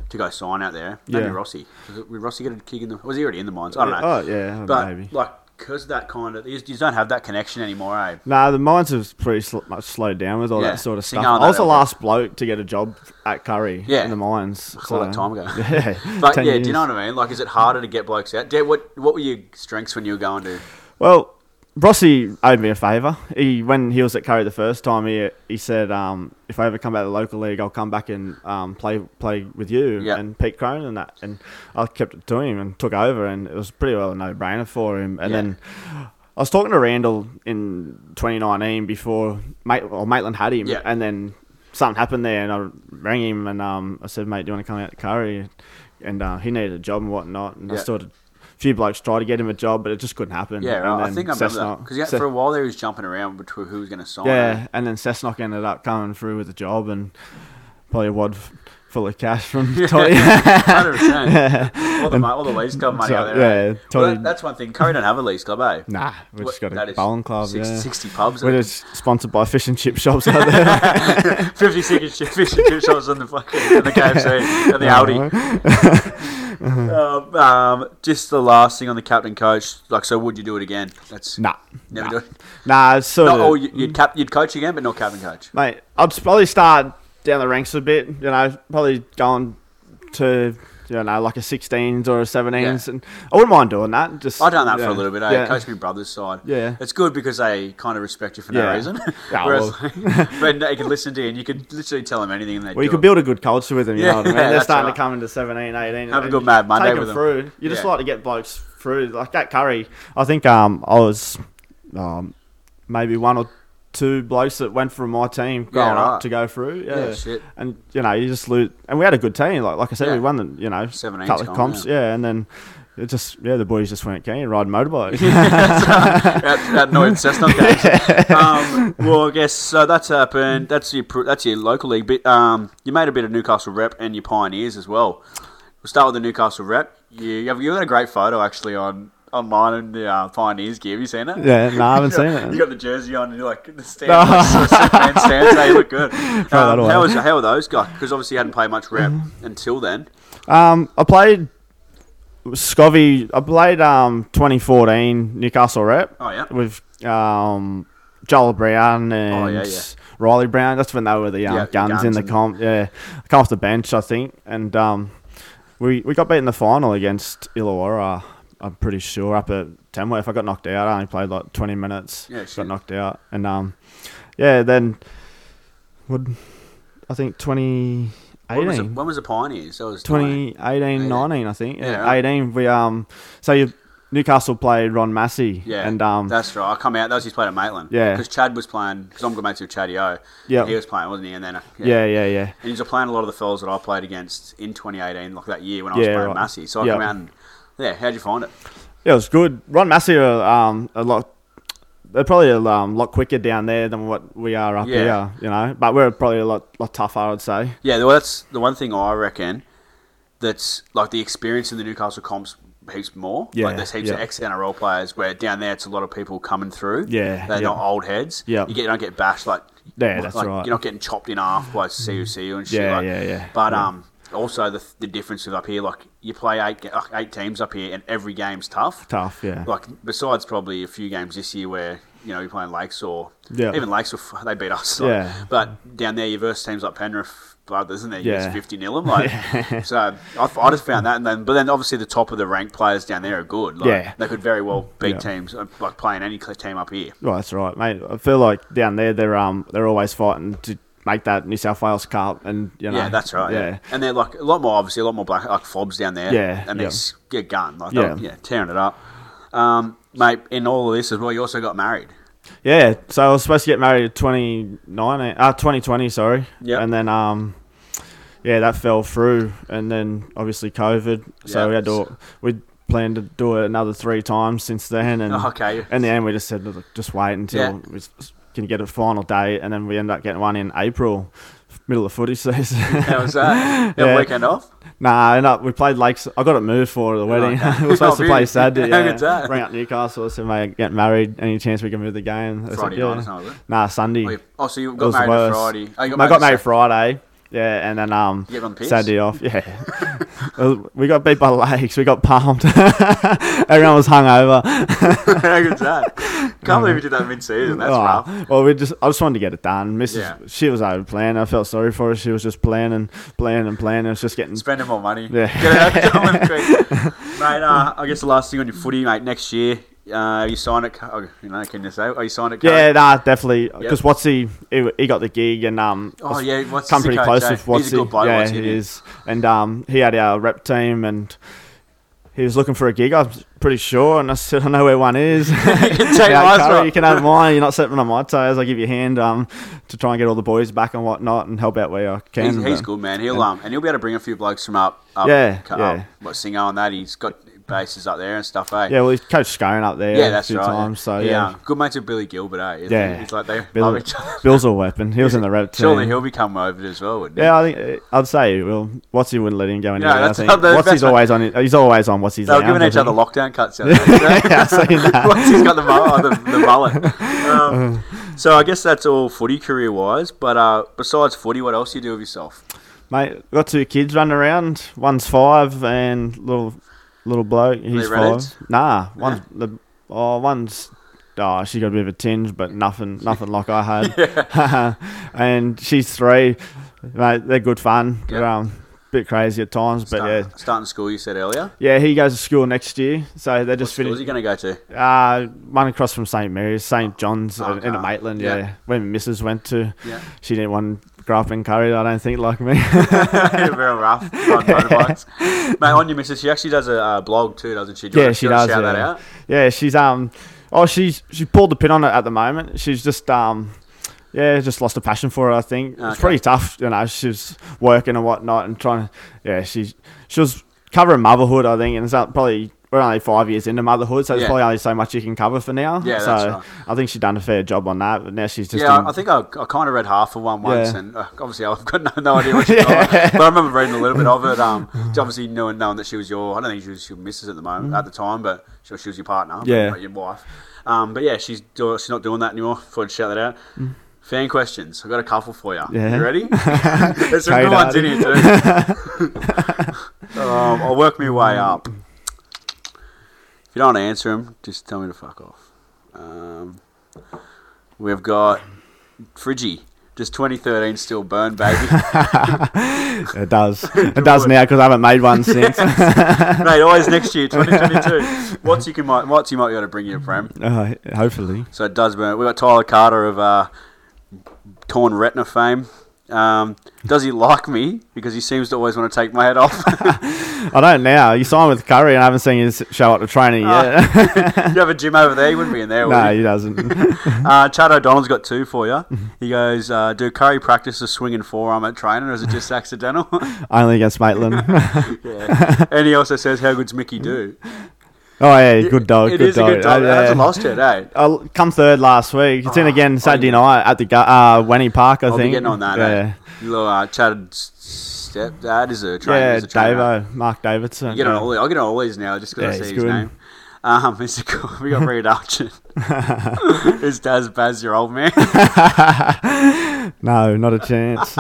[SPEAKER 4] to go sign out there. Maybe
[SPEAKER 5] Yeah.
[SPEAKER 4] Rossi. Was it, was Rossi get a kick in the? Was he already in the mines? I don't
[SPEAKER 5] Yeah.
[SPEAKER 4] know.
[SPEAKER 5] Oh, yeah,
[SPEAKER 4] But
[SPEAKER 5] maybe.
[SPEAKER 4] like, because that kind of you just you just don't have that connection anymore, eh?
[SPEAKER 5] Nah, the mines have pretty sl- much slowed down with all
[SPEAKER 4] Yeah.
[SPEAKER 5] that sort of
[SPEAKER 4] See,
[SPEAKER 5] stuff.
[SPEAKER 4] no, no,
[SPEAKER 5] I was the
[SPEAKER 4] no.
[SPEAKER 5] last bloke to get a job at Curry
[SPEAKER 4] Yeah.
[SPEAKER 5] in the mines.
[SPEAKER 4] It's a lot of time ago.
[SPEAKER 5] Yeah,
[SPEAKER 4] But
[SPEAKER 5] 10
[SPEAKER 4] yeah, do you
[SPEAKER 5] years.
[SPEAKER 4] know what I mean? Like, is it harder to get blokes out? Dad, what what were your strengths when you were going to?
[SPEAKER 5] Well, Rossi owed me a favour. He when he was at Curry the first time, he he said, um, "If I ever come back to the local league, I'll come back and um, play play with you
[SPEAKER 4] Yeah.
[SPEAKER 5] and Pete Crone and that." And I kept it to him and took over, and it was pretty well a no brainer for him. And
[SPEAKER 4] Yeah.
[SPEAKER 5] then. I was talking to Randall in 2019 before Mait- or Maitland had him,
[SPEAKER 4] Yeah.
[SPEAKER 5] and then something happened there, and I rang him and um, I said, "Mate, do you want to come out to Curry?" And uh, he needed a job and whatnot, and
[SPEAKER 4] Yeah.
[SPEAKER 5] I sort of a few blokes tried to get him a job, but it just couldn't happen.
[SPEAKER 4] Yeah,
[SPEAKER 5] And
[SPEAKER 4] right. I
[SPEAKER 5] then
[SPEAKER 4] think I remember that
[SPEAKER 5] Cessnock-
[SPEAKER 4] because yeah,
[SPEAKER 5] Ce-
[SPEAKER 4] for a while there he was jumping around between who was going to sign.
[SPEAKER 5] yeah, and then Cessnock ended up coming through with a job and probably a wad f- full of cash from Totty.
[SPEAKER 4] hundred percent. All the mo- all the lease club money
[SPEAKER 5] So,
[SPEAKER 4] out there. eh?
[SPEAKER 5] yeah,
[SPEAKER 4] Well,
[SPEAKER 5] totally-
[SPEAKER 4] that- that's one thing. Curry don't have a lease club, eh?
[SPEAKER 5] nah, we just
[SPEAKER 4] What-
[SPEAKER 5] got
[SPEAKER 4] that
[SPEAKER 5] a
[SPEAKER 4] is
[SPEAKER 5] bowling club.
[SPEAKER 4] 60,
[SPEAKER 5] yeah.
[SPEAKER 4] 60 pubs. eh?
[SPEAKER 5] We're just sponsored by fish and chip shops out there.
[SPEAKER 4] 50 second shift, fish and chip shops on the fucking in the KFC and the Audi. um, um, just the last thing on the captain coach. Like, so would you do it again? That's
[SPEAKER 5] nah,
[SPEAKER 4] Never
[SPEAKER 5] nah.
[SPEAKER 4] do it.
[SPEAKER 5] Nah, it's sort
[SPEAKER 4] Not,
[SPEAKER 5] of.
[SPEAKER 4] or you- you'd cap, you'd coach again, but not captain coach.
[SPEAKER 5] mate, I'd s- probably start down the ranks a bit. You know, probably going to you know like a 16s or a 17s, and I wouldn't mind doing that. Just
[SPEAKER 4] I've done that for
[SPEAKER 5] yeah,
[SPEAKER 4] a little bit. Eh?
[SPEAKER 5] yeah.
[SPEAKER 4] Coach me brother's side.
[SPEAKER 5] Yeah.
[SPEAKER 4] it's good because they kind of respect you for no
[SPEAKER 5] Yeah.
[SPEAKER 4] reason.
[SPEAKER 5] Yeah,
[SPEAKER 4] Whereas,
[SPEAKER 5] well.
[SPEAKER 4] like, but they can listen to you, and you could literally tell them anything, and they
[SPEAKER 5] Well, you
[SPEAKER 4] do
[SPEAKER 5] could build a good culture with them, you
[SPEAKER 4] Yeah,
[SPEAKER 5] know what I mean? They're
[SPEAKER 4] that's
[SPEAKER 5] starting
[SPEAKER 4] right.
[SPEAKER 5] to come into 17, 18.
[SPEAKER 4] Have a
[SPEAKER 5] and
[SPEAKER 4] good Mad Monday
[SPEAKER 5] take
[SPEAKER 4] with them.
[SPEAKER 5] through. You just
[SPEAKER 4] Yeah.
[SPEAKER 5] like to get blokes through. Like that Curry, I think um, I was um, maybe one or two blokes that went from my team growing
[SPEAKER 4] right.
[SPEAKER 5] up to go through. Yeah.
[SPEAKER 4] Yeah, shit.
[SPEAKER 5] And, you know, you just lose. And we had a good team. Like like I said,
[SPEAKER 4] Yeah.
[SPEAKER 5] we won, the, you know,
[SPEAKER 4] 17's
[SPEAKER 5] couple
[SPEAKER 4] gone,
[SPEAKER 5] of comps.
[SPEAKER 4] yeah.
[SPEAKER 5] Yeah. And then it just, yeah, the boys just weren't keen riding motorbikes.
[SPEAKER 4] that, that annoyed Cessnock games. um, well, I guess so. That's happened. That's your pr- that's your local league. But um, you made a bit of Newcastle rep and your Pioneers as well. We'll start with the Newcastle rep. You you've got a great photo actually on online in the uh, Pioneers gear. Have you seen it?
[SPEAKER 5] Yeah, no, I haven't
[SPEAKER 4] You
[SPEAKER 5] seen
[SPEAKER 4] got-
[SPEAKER 5] it.
[SPEAKER 4] You got the jersey on, and you're like the stand, like, sort of sick man stands. They look good.
[SPEAKER 5] that
[SPEAKER 4] Um,
[SPEAKER 5] away.
[SPEAKER 4] how was how were those guys? Because obviously you hadn't played much rep
[SPEAKER 5] Mm-hmm.
[SPEAKER 4] until then.
[SPEAKER 5] Um, I played Scovy. I played um 2014 Newcastle rep.
[SPEAKER 4] Oh, yeah.
[SPEAKER 5] With um Joel Brown and
[SPEAKER 4] Oh, yeah, yeah.
[SPEAKER 5] Riley Brown. That's when they were the um,
[SPEAKER 4] Yeah,
[SPEAKER 5] guns, in
[SPEAKER 4] guns
[SPEAKER 5] the
[SPEAKER 4] and-
[SPEAKER 5] comp. Yeah, come off the bench, I think, and um we we got beat in the final against Illawarra. I'm pretty sure up at Tamworth. I got knocked out. I only played like 20 minutes.
[SPEAKER 4] Yeah, shit.
[SPEAKER 5] got knocked out, and um yeah, then would I think 2018.
[SPEAKER 4] When was, it, when was the Pioneers? That was
[SPEAKER 5] 2018,
[SPEAKER 4] 18.
[SPEAKER 5] 19, I think. Yeah,
[SPEAKER 4] Yeah, right.
[SPEAKER 5] 18. We um, so you Newcastle played Ron Massey.
[SPEAKER 4] Yeah,
[SPEAKER 5] and um,
[SPEAKER 4] that's right. I come out. That was his play at Maitland.
[SPEAKER 5] Yeah.
[SPEAKER 4] because Chad was playing. Because I'm good mates with Chaddy O.
[SPEAKER 5] Yeah.
[SPEAKER 4] he was playing, wasn't he? And then uh,
[SPEAKER 5] yeah, yeah, yeah,
[SPEAKER 4] and he's playing a lot of the fellas that I played against in 2018, like that year when I was
[SPEAKER 5] Yeah,
[SPEAKER 4] playing
[SPEAKER 5] right.
[SPEAKER 4] Massey. So I
[SPEAKER 5] Yeah.
[SPEAKER 4] come out and yeah, how'd you find it?
[SPEAKER 5] yeah. It was good. Ron Massey are um a lot. They're probably a um, lot quicker down there than what we are up
[SPEAKER 4] Yeah.
[SPEAKER 5] here, you know. But we're probably a lot lot tougher, I'd say.
[SPEAKER 4] Yeah, well, that's the one thing I reckon that's like the experience in the Newcastle comps heaps more.
[SPEAKER 5] Yeah,
[SPEAKER 4] like there's heaps of
[SPEAKER 5] yeah.
[SPEAKER 4] ex NRL players where down there it's a lot of people coming through.
[SPEAKER 5] Yeah,
[SPEAKER 4] they're
[SPEAKER 5] yeah.
[SPEAKER 4] not old heads.
[SPEAKER 5] Yeah.
[SPEAKER 4] you, get, you don't get bashed like
[SPEAKER 5] Yeah, that's
[SPEAKER 4] like,
[SPEAKER 5] right. Mm.
[SPEAKER 4] You're not getting chopped in half by CUCU and shit.
[SPEAKER 5] Yeah,
[SPEAKER 4] like-
[SPEAKER 5] yeah, yeah.
[SPEAKER 4] But
[SPEAKER 5] Yeah.
[SPEAKER 4] um, also the the difference with up here, like you play eight ga- like, eight teams up here, and every game's tough.
[SPEAKER 5] Tough, yeah.
[SPEAKER 4] Like besides probably a few games this year where you know you're playing Lakes or
[SPEAKER 5] Yeah.
[SPEAKER 4] even Lakes, were f- they beat us. like,
[SPEAKER 5] Yeah.
[SPEAKER 4] But down there, you verse teams like Penrith, but isn't there?
[SPEAKER 5] Yeah.
[SPEAKER 4] Yeah. Fifty nil them. Like, so I, f- I just found that, and then but then obviously the top of the ranked players down there are good. Like,
[SPEAKER 5] Yeah.
[SPEAKER 4] They could very well beat
[SPEAKER 5] Yeah.
[SPEAKER 4] teams uh, like playing any cl- team up here.
[SPEAKER 5] Well, that's right, mate. I feel like down there they're um they're always fighting to make that New South Wales Cup, and you know.
[SPEAKER 4] Yeah, that's right. Yeah.
[SPEAKER 5] yeah.
[SPEAKER 4] and they're like a lot more obviously a lot more black like fobs down there.
[SPEAKER 5] Yeah,
[SPEAKER 4] and
[SPEAKER 5] yeah.
[SPEAKER 4] they s- get gun like
[SPEAKER 5] Yeah.
[SPEAKER 4] yeah. yeah, tearing it up. Um, mate, in all of this as well, you also got married.
[SPEAKER 5] Yeah, so I was supposed to get married in 2019, uh, 2020, sorry.
[SPEAKER 4] Yep.
[SPEAKER 5] And then, um, yeah, that fell through. And then obviously COVID. So
[SPEAKER 4] Yeah.
[SPEAKER 5] we had to, we planned to do it another three times since then. And
[SPEAKER 4] Oh, okay.
[SPEAKER 5] in the end, we just said, "Look, just wait until
[SPEAKER 4] Yeah.
[SPEAKER 5] we s- can get a final date. And then we ended up getting one in April, middle of footy season.
[SPEAKER 4] How was that? You have a
[SPEAKER 5] Yeah.
[SPEAKER 4] weekend off?
[SPEAKER 5] Nah, and up we played Lakes. I got it moved for the wedding.
[SPEAKER 4] okay.
[SPEAKER 5] we were supposed
[SPEAKER 4] Oh,
[SPEAKER 5] to play
[SPEAKER 4] really?
[SPEAKER 5] Saturday.
[SPEAKER 4] How
[SPEAKER 5] Yeah.
[SPEAKER 4] good's that?
[SPEAKER 5] Bring up Newcastle. So mate, get married. Any chance we can move the game? I said,
[SPEAKER 4] Friday night or something, was it?
[SPEAKER 5] Nah, Sunday.
[SPEAKER 4] Oh, you- oh, so you
[SPEAKER 5] It
[SPEAKER 4] got
[SPEAKER 5] was
[SPEAKER 4] married
[SPEAKER 5] worse.
[SPEAKER 4] on Friday. Oh, you
[SPEAKER 5] I got
[SPEAKER 4] Saturday.
[SPEAKER 5] married Friday. Yeah, and then um
[SPEAKER 4] You get on the piss?
[SPEAKER 5] Saturday off. Yeah, Well, we got beat by Lakes. We got pumped. Everyone was hungover.
[SPEAKER 4] How good's that? Can't believe you did that mid-season. That's
[SPEAKER 5] Oh,
[SPEAKER 4] rough.
[SPEAKER 5] Well, we just I just wanted to get it done. Mrs.
[SPEAKER 4] Yeah.
[SPEAKER 5] She was over planning. I felt sorry for her. She was just planning, planning, and planning. It was just getting
[SPEAKER 4] Spending more money.
[SPEAKER 5] Yeah.
[SPEAKER 4] Get it out done with quick. mate, uh, I guess the last thing on your footy, mate, next year, uh, you sign it, oh, you know, can you say, oh, you signed it,
[SPEAKER 5] Yeah, nah, definitely. Because
[SPEAKER 4] Yep.
[SPEAKER 5] Watsy, he, he got the gig and um,
[SPEAKER 4] Oh,
[SPEAKER 5] I've
[SPEAKER 4] yeah, Watsy's
[SPEAKER 5] come
[SPEAKER 4] the
[SPEAKER 5] pretty
[SPEAKER 4] coach,
[SPEAKER 5] close
[SPEAKER 4] eh?
[SPEAKER 5] with Watsy.
[SPEAKER 4] He's a good bloke,
[SPEAKER 5] yeah,
[SPEAKER 4] Watsy,
[SPEAKER 5] he
[SPEAKER 4] dude.
[SPEAKER 5] is. And um, he had our rep team and he was looking for a gig. I'm pretty sure, and I said, I know where one is. you
[SPEAKER 4] can take my spot.
[SPEAKER 5] You can have mine. You're not stepping on my toes. I give you a hand um to try and get all the boys back and whatnot and help out where I can.
[SPEAKER 4] He's, he's
[SPEAKER 5] but-
[SPEAKER 4] good, man. He'll um, and he'll be able to bring a few blokes from up, up
[SPEAKER 5] Yeah,
[SPEAKER 4] co-
[SPEAKER 5] yeah.
[SPEAKER 4] up, what Singo and that. He's got bases up there and stuff, eh?
[SPEAKER 5] Yeah, well, he's coached Scone up there
[SPEAKER 4] yeah,
[SPEAKER 5] a
[SPEAKER 4] that's
[SPEAKER 5] few
[SPEAKER 4] right.
[SPEAKER 5] times. So yeah,
[SPEAKER 4] um, good mates with Billy Gilbert, eh? It's-
[SPEAKER 5] Yeah.
[SPEAKER 4] it's like they love
[SPEAKER 5] Bill,
[SPEAKER 4] each other.
[SPEAKER 5] Bill's a weapon. He was in the rep team.
[SPEAKER 4] Surely he'll be coming over as well, wouldn't he?
[SPEAKER 5] Yeah, I think uh, I'd say well, Watsy wouldn't let him go anywhere.
[SPEAKER 4] that's-
[SPEAKER 5] I
[SPEAKER 4] that's
[SPEAKER 5] think
[SPEAKER 4] the
[SPEAKER 5] Watsy's
[SPEAKER 4] best one.
[SPEAKER 5] always on. it- He's always on Watsy's.
[SPEAKER 4] They were
[SPEAKER 5] lounge,
[SPEAKER 4] giving
[SPEAKER 5] I
[SPEAKER 4] each other
[SPEAKER 5] think.
[SPEAKER 4] lockdown cuts out there.
[SPEAKER 5] yeah, I've seen that.
[SPEAKER 4] Once he's got the mullet. The, the mullet. Um,
[SPEAKER 5] Uh.
[SPEAKER 4] so I guess that's all footy career wise. But uh, besides footy, what else do you do with yourself?
[SPEAKER 5] Mate, I've got two kids running around. One's five and little little bloke. He's five.
[SPEAKER 4] redheads?
[SPEAKER 5] Nah, one's the oh one's oh she got a bit of a tinge, but nothing nothing like I had. and she's three. Mate, they're good fun. They're
[SPEAKER 4] Yeah.
[SPEAKER 5] um, bit crazy at times, but yeah,
[SPEAKER 4] Start- starting school, you said earlier.
[SPEAKER 5] yeah. He goes to school next year, so they're just
[SPEAKER 4] What school
[SPEAKER 5] finished.
[SPEAKER 4] is he going to go to?
[SPEAKER 5] Uh, one across from St Mary's, St John's
[SPEAKER 4] Oh,
[SPEAKER 5] in- in
[SPEAKER 4] okay.
[SPEAKER 5] Maitland. Yeah.
[SPEAKER 4] Yeah.
[SPEAKER 5] when Mrs went to,
[SPEAKER 4] Yeah.
[SPEAKER 5] she didn't want to grow up in Curry. I don't think like me.
[SPEAKER 4] Very rough. Riding motorbikes. Mate, on your missus, she actually does a uh, blog too, doesn't she? Do you
[SPEAKER 5] yeah,
[SPEAKER 4] wanna-
[SPEAKER 5] she
[SPEAKER 4] do you wanna
[SPEAKER 5] does.
[SPEAKER 4] Shout
[SPEAKER 5] yeah.
[SPEAKER 4] that out.
[SPEAKER 5] yeah, she's um, oh, she's she pulled the pin on it at the moment. She's just um, yeah, just lost a passion for it. I think it's
[SPEAKER 4] Okay.
[SPEAKER 5] pretty tough. You know, she's working and whatnot and trying to. Yeah, she's she was covering motherhood. I think, and it's uh, probably we're only five years into motherhood, so there's
[SPEAKER 4] Yeah.
[SPEAKER 5] probably only so much you can cover for now.
[SPEAKER 4] Yeah,
[SPEAKER 5] so
[SPEAKER 4] that's right.
[SPEAKER 5] I think she's done a fair job on that, but now she's just
[SPEAKER 4] yeah,
[SPEAKER 5] in-
[SPEAKER 4] I think I, I kind of read half of one once,
[SPEAKER 5] Yeah.
[SPEAKER 4] and uh, obviously I've got no, no idea what she's talking about. But I remember reading a little bit of it. Um, so obviously knowing, knowing that she was your, I don't think she was your missus at the moment at the time, but she, she was your partner,
[SPEAKER 5] Mm. Yeah.
[SPEAKER 4] like your wife. Um, but yeah, she's do, she's not doing that anymore. Thought I'd shout that out. Fan questions. I've got a couple for you.
[SPEAKER 5] Mm. Yeah.
[SPEAKER 4] You ready? There's some good
[SPEAKER 5] Trade
[SPEAKER 4] ones
[SPEAKER 5] out.
[SPEAKER 4] in here too. um, I'll work my way up. If you don't want to answer them, just tell me to fuck off. Um, we've got Friggy. Does 2013 still burn, baby?
[SPEAKER 5] it does. It does now because I haven't made one since.
[SPEAKER 4] Mate, always next year, 2022. What's you can might, what's you might be able to bring you, Prem.
[SPEAKER 5] Uh, hopefully.
[SPEAKER 4] So it does burn. We got Tyler Carter of uh, Torn Retina fame. Um, does he like me? Because he seems to always want to take my head off.
[SPEAKER 5] I don't now. You signed with Curry, and I haven't seen his show up to training
[SPEAKER 4] Oh.
[SPEAKER 5] yet.
[SPEAKER 4] you have a gym over there. You wouldn't be in there, would
[SPEAKER 5] no,
[SPEAKER 4] you?
[SPEAKER 5] he doesn't.
[SPEAKER 4] Uh, Chad O'Donnell's got two for you. He goes, uh, "Do Curry practice the swinging forearm at training, or is it just accidental?"
[SPEAKER 5] Only against Maitland. oh
[SPEAKER 4] yeah. And he also says, "How good's Mickey do?"
[SPEAKER 5] Oh, yeah, good dog.
[SPEAKER 4] It
[SPEAKER 5] good
[SPEAKER 4] is
[SPEAKER 5] dog.
[SPEAKER 4] a good dog.
[SPEAKER 5] Oh,
[SPEAKER 4] That's a Ah,
[SPEAKER 5] yeah.
[SPEAKER 4] lost yet, eh?
[SPEAKER 5] I'll come third last week. It's in again Saturday night at the Gu- uh, Wenny Park, I
[SPEAKER 4] I'll
[SPEAKER 5] think.
[SPEAKER 4] be getting on that.
[SPEAKER 5] Yeah,
[SPEAKER 4] eh? Little uh, Chad stepdad is a trainer.
[SPEAKER 5] yeah,
[SPEAKER 4] is a trainer.
[SPEAKER 5] Davo, Mark Davidson.
[SPEAKER 4] You get on
[SPEAKER 5] yeah.
[SPEAKER 4] all. I get on all these now just because I
[SPEAKER 5] Yeah,
[SPEAKER 4] see
[SPEAKER 5] he's
[SPEAKER 4] his
[SPEAKER 5] good.
[SPEAKER 4] name. Um, it's a cool, we got Reed Archon. His dad's Baz, your old man.
[SPEAKER 5] No, not a chance.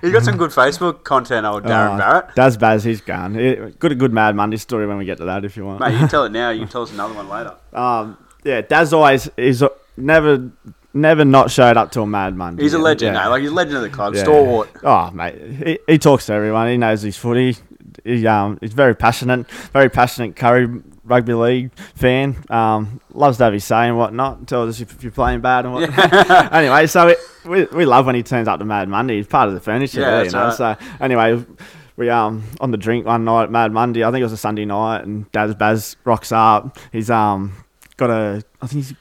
[SPEAKER 4] He's got some good Facebook content, old Darren
[SPEAKER 5] Oh,
[SPEAKER 4] Barrett.
[SPEAKER 5] Daz Baz, he's gone. It- good, good Mad Monday story when we get to that, if you want.
[SPEAKER 4] Mate, you can tell it now. You can tell us another one later.
[SPEAKER 5] Um, yeah, Daz always is never, never not showed up till Mad Monday.
[SPEAKER 4] He's a legend,
[SPEAKER 5] Yeah.
[SPEAKER 4] eh? Like he's a legend of the club,
[SPEAKER 5] Yeah.
[SPEAKER 4] stalwart.
[SPEAKER 5] Oh mate, he, he talks to everyone. He knows his footy. He, um, he's very passionate, very passionate Curry rugby league fan. Um, loves to have his say and whatnot. Tells us if, if you're playing bad and whatnot. anyway, so it, we we love when he turns up to Mad Monday. He's part of the furniture,
[SPEAKER 4] Yeah,
[SPEAKER 5] there, you
[SPEAKER 4] that's
[SPEAKER 5] know.
[SPEAKER 4] right.
[SPEAKER 5] So anyway. We um on the drink one night at Mad Monday. I think it was a Sunday night, and Daz Baz rocks up. He's um got a I think he's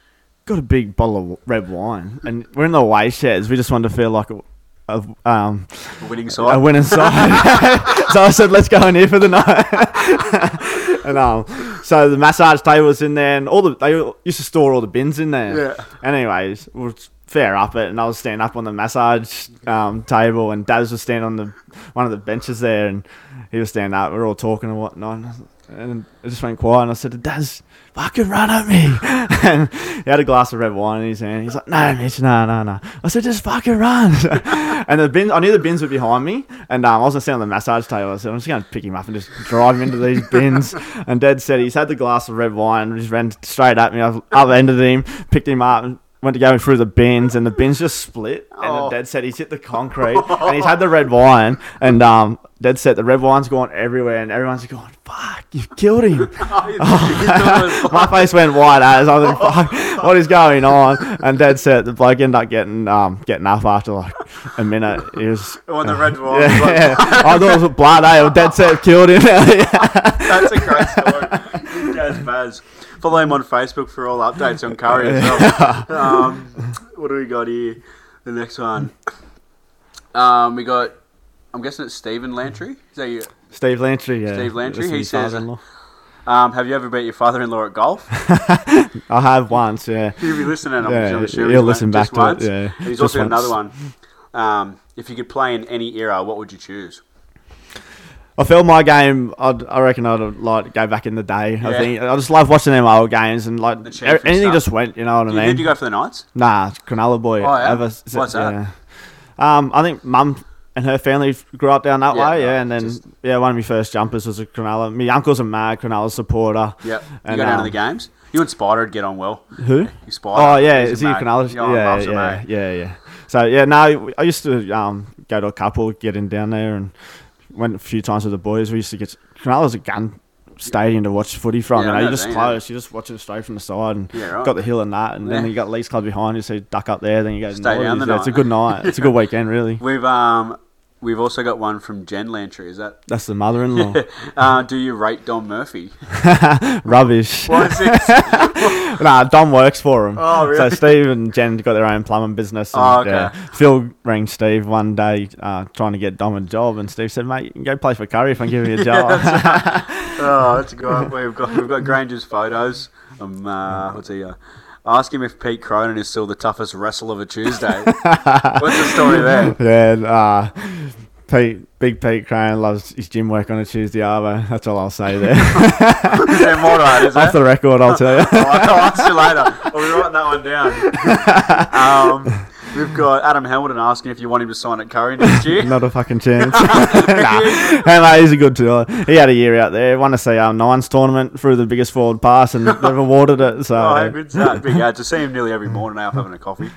[SPEAKER 5] got a big bottle of red wine, and we're in the away sheds. We just wanted to feel like a, a um
[SPEAKER 4] Winning side.
[SPEAKER 5] I went inside. so I said, let's go in here for the night. and um, so the massage table was in there, and all the they used to store all the bins in there.
[SPEAKER 4] Yeah.
[SPEAKER 5] Anyways, we we're fair up it, and I was standing up on the massage um, table, and Daz was standing on the one of the benches there, and he was standing up. We were all talking and whatnot. And I was- and it just went quiet, and I said, "Daz, fucking run at me!" and he had a glass of red wine in his hand. He's like, "No, Mitch, no, no, no." I said, "Just fucking run!" and the bin, I knew the bins were behind me, and um, I wasn't standing on the massage table. I said, "I'm just going to pick him up and just drive him into these bins." and Dad said he's had the glass of red wine, and just ran straight at me. uh, I upended him, picked him up, and went to go through the bins, and the bins just split. And
[SPEAKER 4] Oh.
[SPEAKER 5] Dad said he's hit the concrete, and he's had the red wine, and um, Dad said the red wine's gone everywhere, and everyone's going, "Fuck, you've killed him." My face went white as I was like, "Fuck, what is going on?" And Dad said the bloke ended up getting um getting up after like a minute. He was. uh,
[SPEAKER 4] on Oh, the red wall.
[SPEAKER 5] Yeah,
[SPEAKER 4] Like,
[SPEAKER 5] yeah. I thought it was blood. Eh? Dad said it killed him.
[SPEAKER 4] That's a great story. Jazz Baz. Follow him on Facebook for all updates on Curry as well. Um, what do we got here? The next one. Um, we got, I'm guessing it's Stephen Lantry. Is that you?
[SPEAKER 5] Steve Lantry. Yeah.
[SPEAKER 4] Steve Lantry,
[SPEAKER 5] That's
[SPEAKER 4] he
[SPEAKER 5] his
[SPEAKER 4] says-
[SPEAKER 5] father-in-law.
[SPEAKER 4] Um, have you ever beat your father in law at golf?
[SPEAKER 5] "I have once." Yeah.
[SPEAKER 4] He'll be listening. I'm,
[SPEAKER 5] Yeah,
[SPEAKER 4] I'm sure
[SPEAKER 5] he'll
[SPEAKER 4] went
[SPEAKER 5] listen
[SPEAKER 4] just
[SPEAKER 5] back to it,
[SPEAKER 4] once.
[SPEAKER 5] yeah,
[SPEAKER 4] And He's
[SPEAKER 5] just
[SPEAKER 4] also got another one.
[SPEAKER 5] once.
[SPEAKER 4] Um, if you could play in any era, what would you choose?
[SPEAKER 5] I feel my game. I'd, I reckon I'd have, like go back in the day. I
[SPEAKER 4] Yeah.
[SPEAKER 5] think I just love watching them old games and like
[SPEAKER 4] The Chiefs
[SPEAKER 5] er-
[SPEAKER 4] and
[SPEAKER 5] anything
[SPEAKER 4] stuff.
[SPEAKER 5] just went. You know what I
[SPEAKER 4] Did you,
[SPEAKER 5] mean?
[SPEAKER 4] did you go for the Knights?
[SPEAKER 5] Nah, it's Cronulla boy.
[SPEAKER 4] Oh, yeah?
[SPEAKER 5] Ever s-
[SPEAKER 4] What's that?
[SPEAKER 5] Yeah. Um, I think mum and her family grew up down that
[SPEAKER 4] Yeah,
[SPEAKER 5] way.
[SPEAKER 4] right,
[SPEAKER 5] Yeah, and then
[SPEAKER 4] just-
[SPEAKER 5] yeah, one of my first jumpers was a Cronulla. My uncle's a mad Cronulla supporter.
[SPEAKER 4] Yep. You
[SPEAKER 5] And,
[SPEAKER 4] go down to
[SPEAKER 5] um,
[SPEAKER 4] the games? You and Spider would get on well.
[SPEAKER 5] Who?
[SPEAKER 4] You
[SPEAKER 5] Oh
[SPEAKER 4] Spider.
[SPEAKER 5] yeah,
[SPEAKER 4] He's
[SPEAKER 5] is he a
[SPEAKER 4] mate.
[SPEAKER 5] Cronulla?
[SPEAKER 4] Yeah,
[SPEAKER 5] Yeah,
[SPEAKER 4] loves him,
[SPEAKER 5] yeah,
[SPEAKER 4] mate.
[SPEAKER 5] yeah, yeah. So yeah, no, I used to um go to a couple, get in down there, and went a few times with the boys. We used to get Cronulla's a gun stadium to watch footy from.
[SPEAKER 4] Yeah, I
[SPEAKER 5] you know,
[SPEAKER 4] know
[SPEAKER 5] you're just
[SPEAKER 4] that, yeah.
[SPEAKER 5] close. You're just watching straight from the side, and
[SPEAKER 4] Yeah, right.
[SPEAKER 5] got the hill and that, and
[SPEAKER 4] Yeah.
[SPEAKER 5] then you got Leeds Club behind you, so you duck up there. Then you go. to
[SPEAKER 4] Stay down
[SPEAKER 5] Northies.
[SPEAKER 4] the
[SPEAKER 5] Yeah, It's a
[SPEAKER 4] night.
[SPEAKER 5] good night. It's a good weekend, really.
[SPEAKER 4] We've um we've also got one from Jen Lantry. Is that?
[SPEAKER 5] That's the mother-in-law.
[SPEAKER 4] Uh, do you rate Don Murphy?
[SPEAKER 5] Rubbish.
[SPEAKER 4] One six.
[SPEAKER 5] nah, Dom works for him.
[SPEAKER 4] Oh,
[SPEAKER 5] So
[SPEAKER 4] really?
[SPEAKER 5] Steve and Jen got their own plumbing business. And,
[SPEAKER 4] Oh, okay.
[SPEAKER 5] uh, Phil rang Steve one day uh, trying to get Dom a job, and Steve said, "Mate, you can go play for Curry if I give you a job."
[SPEAKER 4] Oh, that's a good one. We've got we've got Granger's photos. Um, uh, what's he? Uh, ask him if Pete Cronin is still the toughest wrestler of a Tuesday. what's the story there?
[SPEAKER 5] yeah, and, uh, Pete, big Pete Crane loves his gym work on a Tuesday arvo. That's all I'll say there.
[SPEAKER 4] Is there more to it, is
[SPEAKER 5] Off
[SPEAKER 4] there?
[SPEAKER 5] the record, I'll tell you.
[SPEAKER 4] Oh, I'll ask you later. I'll be writing that one down. Um, we've got Adam Hamilton asking if you want him to sign at Curry next year.
[SPEAKER 5] Not a fucking chance. nah. Hey, mate, he's a good tour. He had a year out there. Won a CR Nines tournament, threw the biggest forward pass, and they've awarded it. So,
[SPEAKER 4] Oh, how good's that? Big ad. To see him nearly every morning now, having a coffee.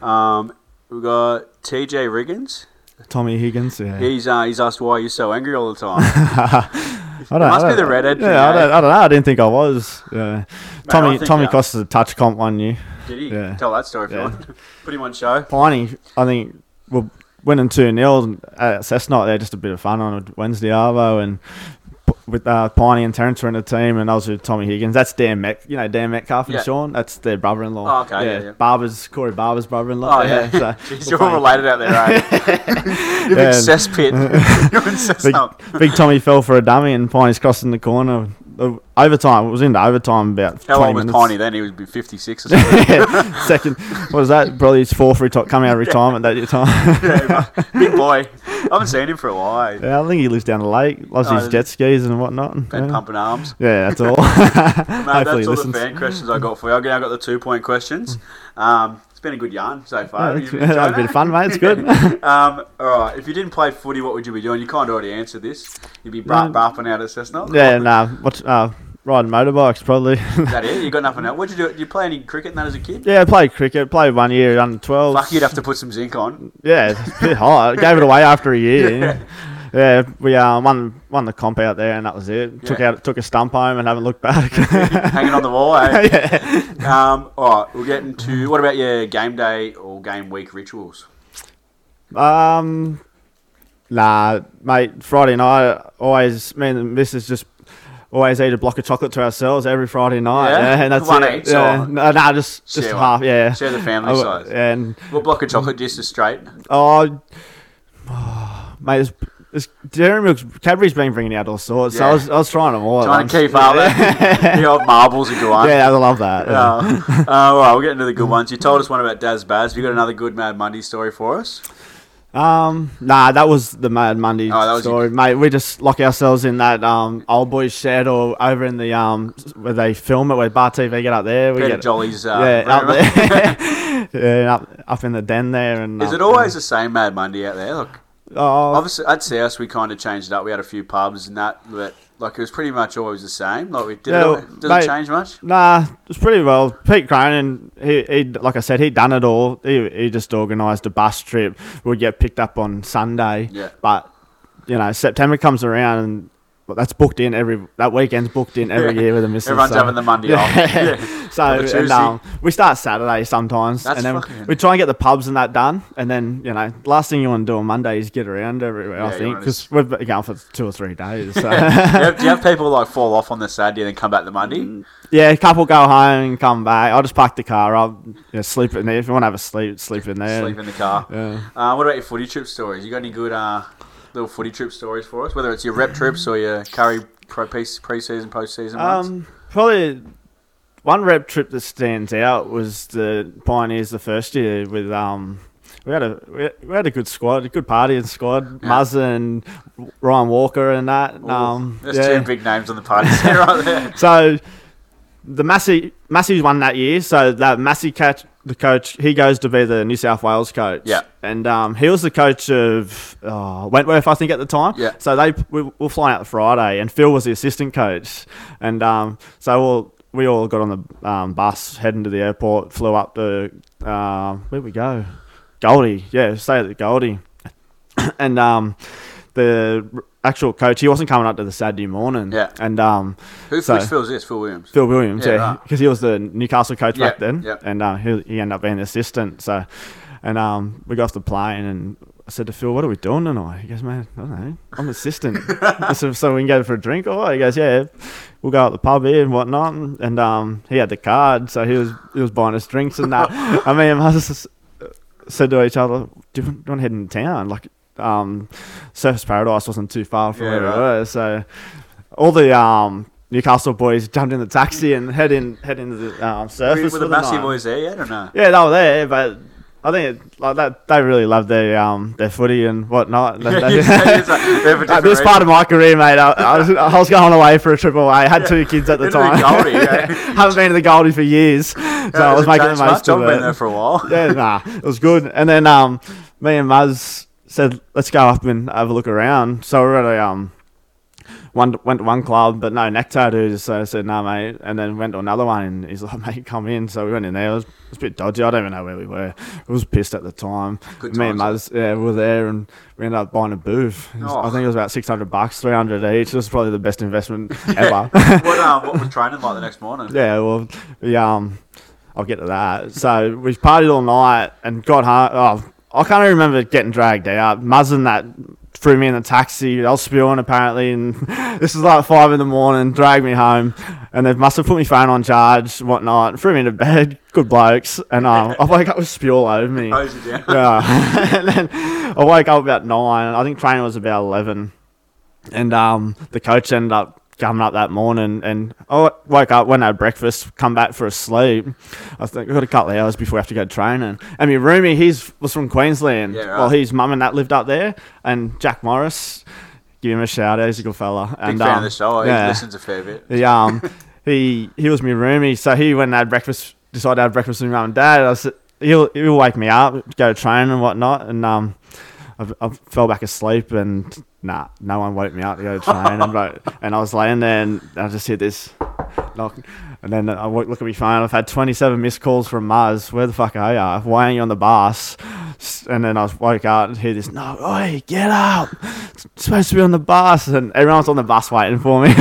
[SPEAKER 4] Um, we've got TJ Riggins.
[SPEAKER 5] Tommy Higgins. Yeah.
[SPEAKER 4] He's uh, he's asked why you're so angry all the time.
[SPEAKER 5] I
[SPEAKER 4] It must be the redhead
[SPEAKER 5] Yeah, I
[SPEAKER 4] today.
[SPEAKER 5] don't, I don't know. I didn't think I was. Yeah. Tommy
[SPEAKER 4] I think uh,
[SPEAKER 5] Tommy
[SPEAKER 4] that-
[SPEAKER 5] Costa's a touch comp one year.
[SPEAKER 4] Did he
[SPEAKER 5] Yeah.
[SPEAKER 4] tell that story if
[SPEAKER 5] Yeah.
[SPEAKER 4] you want? Put him on show.
[SPEAKER 5] Piney, I think, well, winning 2 0 at Cessnock there, just a bit of fun on a Wednesday Arvo. And p- with uh, Piney and Terrence were in the team, and I was with Tommy Higgins. That's Dan Met, you know, Dan Metcalf and
[SPEAKER 4] Yeah.
[SPEAKER 5] Sean. That's their brother in law.
[SPEAKER 4] Oh, okay, yeah, yeah.
[SPEAKER 5] Barber's, Corey Barber's brother in law.
[SPEAKER 4] Oh yeah,
[SPEAKER 5] so
[SPEAKER 4] Jeez, you're all related out there, right? You're in
[SPEAKER 5] Yeah.
[SPEAKER 4] cesspit. You're in
[SPEAKER 5] Big,
[SPEAKER 4] cesspit.
[SPEAKER 5] Big Tommy fell for a dummy, and Piney's crossing the corner. Uh, Overtime, it was into overtime about
[SPEAKER 4] How
[SPEAKER 5] 20
[SPEAKER 4] old was
[SPEAKER 5] minutes.
[SPEAKER 4] Piney then? He was 56 or something.
[SPEAKER 5] Yeah, second, what was that? Probably his fourth reti- coming out of retirement that year time.
[SPEAKER 4] Yeah, Big boy. I haven't seen him for a while.
[SPEAKER 5] yeah, I think he lives down the lake, loves
[SPEAKER 4] Oh,
[SPEAKER 5] his jet skis and whatnot.
[SPEAKER 4] Been
[SPEAKER 5] yeah.
[SPEAKER 4] pumping arms.
[SPEAKER 5] yeah, that's all.
[SPEAKER 4] No,
[SPEAKER 5] Hopefully,
[SPEAKER 4] that's
[SPEAKER 5] he
[SPEAKER 4] all the
[SPEAKER 5] listens. Mm.
[SPEAKER 4] fan questions I got for you. I've now got the two point questions. Um, it's been a good yarn so far.
[SPEAKER 5] Yeah,
[SPEAKER 4] You've
[SPEAKER 5] it's-
[SPEAKER 4] enjoyed
[SPEAKER 5] had a bit of fun, mate. It's good.
[SPEAKER 4] um, all right. If you didn't play footy, what would you be doing? You kind of already answered this. You'd be bar-
[SPEAKER 5] No.
[SPEAKER 4] barfing out at Cessna.
[SPEAKER 5] Yeah, nah, what's uh, riding motorbikes probably.
[SPEAKER 4] Is that it? You got nothing else? What'd you do? Did you play any cricket and that as a kid?
[SPEAKER 5] yeah, I played cricket, played one year under 12.
[SPEAKER 4] Lucky you'd have to put some zinc on.
[SPEAKER 5] Yeah, it's a bit hot. Gave it away after a year. Yeah, we uh, won won the comp out there, and that was it. Took
[SPEAKER 4] Yeah.
[SPEAKER 5] out took a stump home and haven't looked back.
[SPEAKER 4] Hanging on the wall, eh?
[SPEAKER 5] yeah.
[SPEAKER 4] Um, all right, we'll get into what about your game day or game week rituals?
[SPEAKER 5] Um, nah, mate. Friday night, always me and the missus just always eat a block of chocolate to ourselves every Friday night.
[SPEAKER 4] Yeah?
[SPEAKER 5] Yeah, and that's
[SPEAKER 4] One
[SPEAKER 5] it.
[SPEAKER 4] each
[SPEAKER 5] yeah.
[SPEAKER 4] or-
[SPEAKER 5] No, nah, just just
[SPEAKER 4] Share one.
[SPEAKER 5] half. Yeah,
[SPEAKER 4] Share the family
[SPEAKER 5] Oh,
[SPEAKER 4] size.
[SPEAKER 5] And
[SPEAKER 4] What block of chocolate just is straight?
[SPEAKER 5] oh, mate, it's, it's dairy milk's Cadbury's been bringing out all sorts. So
[SPEAKER 4] Yeah.
[SPEAKER 5] I was I was trying them all. at
[SPEAKER 4] Trying
[SPEAKER 5] once.
[SPEAKER 4] to keep up there. the old marbles are good one.
[SPEAKER 5] Oh, Yeah, I love that. Yeah.
[SPEAKER 4] Uh, uh, all right, we'll get into the good ones. You told us one about Daz Baz. Have you got another good Mad Monday story for us?
[SPEAKER 5] Um, nah, that was the Mad Monday
[SPEAKER 4] Oh, that was
[SPEAKER 5] story, mate. We just lock ourselves in that um old boys shed or over in the um where they film it, where Bar TV get up there. We
[SPEAKER 4] Peter
[SPEAKER 5] get
[SPEAKER 4] Jolly's. Uh,
[SPEAKER 5] yeah, up
[SPEAKER 4] room.
[SPEAKER 5] there, yeah, up, up in the den there. And
[SPEAKER 4] Is
[SPEAKER 5] um,
[SPEAKER 4] it always the same Mad Monday out there? Look,
[SPEAKER 5] Oh,
[SPEAKER 4] obviously at South we kind of changed it up. We had a few pubs and that, but like it was pretty much always the same. Like we did
[SPEAKER 5] Yeah,
[SPEAKER 4] it all-
[SPEAKER 5] well,
[SPEAKER 4] doesn't
[SPEAKER 5] mate-
[SPEAKER 4] change much.
[SPEAKER 5] nah, it's pretty well. Pete Cronin, he, he like I said, he done it all. He, he just organised a bus trip. We'd get picked up on Sunday.
[SPEAKER 4] Yeah.
[SPEAKER 5] but you know September comes around and. But that's booked in every that weekend's booked in every
[SPEAKER 4] Yeah.
[SPEAKER 5] year with a missus.
[SPEAKER 4] Everyone's
[SPEAKER 5] so-
[SPEAKER 4] having the Monday off. Yeah.
[SPEAKER 5] So
[SPEAKER 4] Or the
[SPEAKER 5] and,
[SPEAKER 4] Tuesday.
[SPEAKER 5] um, we start Saturday sometimes,
[SPEAKER 4] That's
[SPEAKER 5] and then
[SPEAKER 4] fucking-
[SPEAKER 5] we try and get the pubs and that done. And then you know, last thing you want to do on Monday is get around everywhere.
[SPEAKER 4] Yeah,
[SPEAKER 5] I
[SPEAKER 4] you
[SPEAKER 5] think
[SPEAKER 4] wanna
[SPEAKER 5] because
[SPEAKER 4] just-
[SPEAKER 5] we've been going for two or three days. So.
[SPEAKER 4] do, you have, do you have people like fall off on the Saturday and then come back the Monday?
[SPEAKER 5] yeah, a couple go home, come back. I'll just park the car up, you know, sleep in there. If you want to have a sleep, sleep in there.
[SPEAKER 4] Sleep in the car.
[SPEAKER 5] Yeah.
[SPEAKER 4] Uh, what about your footy trip stories? You got any good uh, little footy trip stories for us? Whether it's your rep trips or your curry pro- pre season, post season ones?
[SPEAKER 5] Um, probably one rep trip that stands out was the Pioneers the first year with um. We had a we we had a good squad, a good partying squad. Muzz and Ryan Walker and that. and,
[SPEAKER 4] Ooh,
[SPEAKER 5] um,
[SPEAKER 4] there's
[SPEAKER 5] yeah.
[SPEAKER 4] two big names on the party there, right there.
[SPEAKER 5] So the Massey Massey's won that year. So that Massey catch the coach. He goes to be the New South Wales coach.
[SPEAKER 4] Yeah.
[SPEAKER 5] And um, he was the coach of uh, Wentworth, I think, at the time.
[SPEAKER 4] Yeah.
[SPEAKER 5] So they we, we'll fly out Friday, and Phil was the assistant coach, and um, so we'll. We all got on the um, bus heading to the airport, flew up to, um where we go? Goldie. Yeah, stay at the Goldie and um, the r- actual coach he wasn't coming up to the Saturday morning.
[SPEAKER 4] Yeah.
[SPEAKER 5] And um,
[SPEAKER 4] Who
[SPEAKER 5] so-
[SPEAKER 4] which Phil's this? Phil Williams.
[SPEAKER 5] Phil Williams,
[SPEAKER 4] Yeah,
[SPEAKER 5] yeah,
[SPEAKER 4] right.
[SPEAKER 5] because he was the Newcastle coach
[SPEAKER 4] Yeah,
[SPEAKER 5] back then,
[SPEAKER 4] yeah.
[SPEAKER 5] and uh, he, he ended up being the assistant. So, and um, we got off the plane and I said to Phil, "What are we doing tonight?" He goes, "Man, I don't know. I'm assistant." I said, "So we can go for a drink or?" what?" He goes, "Yeah, we'll go out the pub here and whatnot." And um, he had the card, so he was he was buying us drinks and that. I mean, I just said to each other, "Do you want to head in town?" Like, um, Surface Paradise wasn't too far from
[SPEAKER 4] Yeah,
[SPEAKER 5] where
[SPEAKER 4] right.
[SPEAKER 5] we were, so all the um. Newcastle boys jumped in the taxi and head in head into the um,
[SPEAKER 4] Were,
[SPEAKER 5] surface.
[SPEAKER 4] were
[SPEAKER 5] for
[SPEAKER 4] the
[SPEAKER 5] the
[SPEAKER 4] Massey
[SPEAKER 5] night.
[SPEAKER 4] boys there yet or no?
[SPEAKER 5] Yeah, they were there, but I think it, like that they really love their um their footy and whatnot. They- they- At this part of my career, mate, I, I, was, I was going away for a triple A. I had two kids at the
[SPEAKER 4] Into the
[SPEAKER 5] time.
[SPEAKER 4] Goldie, yeah.
[SPEAKER 5] Haven't been to the Goldie for years, so I was making the most
[SPEAKER 4] I've
[SPEAKER 5] of
[SPEAKER 4] been there
[SPEAKER 5] it.
[SPEAKER 4] for a while.
[SPEAKER 5] yeah, nah, it was good. And then um, me and Muzz said, let's go up and have a look around. So we we're at a um. One went to one club, but no neck tattoos. So I uh, said, "Nah, mate." And then went to another one, and he's like, "Mate, come in." So we went in there. It was, it was a bit dodgy. I don't even know where we were. I was pissed at the time.
[SPEAKER 4] Good
[SPEAKER 5] Me and
[SPEAKER 4] times,
[SPEAKER 5] Muzz, yeah, we were there, and we ended up buying a booth. It was-
[SPEAKER 4] Oh.
[SPEAKER 5] I think it was about six hundred bucks, three hundred each. It was probably the best investment ever.
[SPEAKER 4] What, um, what was training like the next morning?
[SPEAKER 5] Yeah, well, we, um, I'll get to that. So we partied all night and got home. Oh, I can't even remember getting dragged out. Muzz and that threw me in the taxi. They was spewing apparently, and this was like five in the morning. Dragged me home, and they must have put my phone on charge, and whatnot. Threw me to bed. Good blokes, and um, I woke up with spew all over me.
[SPEAKER 4] Hose you down.
[SPEAKER 5] Yeah. and then I woke up about nine. I think training was about eleven, and um, the coach ended up coming up that morning, and I wo- woke up, went had breakfast, come back for a sleep. I think we got a couple of hours before we have to go training. And my roomie, he's was from Queensland.
[SPEAKER 4] Yeah, right.
[SPEAKER 5] Well, his mum and that lived up there, and Jack Morris. Give him a shout out. He's a good fella.
[SPEAKER 4] Big
[SPEAKER 5] and,
[SPEAKER 4] fan
[SPEAKER 5] um,
[SPEAKER 4] of the show. He
[SPEAKER 5] yeah.
[SPEAKER 4] listens a fair bit.
[SPEAKER 5] He um he he was my roomie, so he went and had breakfast. Decided to have breakfast with my mum and dad. I said he'll he'll wake me up, go to train and whatnot, and um. I, I fell back asleep and nah, no one woke me up to go to train. and, like, and I was laying there and I just hear this knock. And then I wo- look at my phone. I've had 27 missed calls from Muzz. Where the fuck are you? Why aren't you on the bus? S- And then I was- woke up and hear this knock. Oi, get up! It's supposed to be on the bus, and everyone's on the bus waiting for me.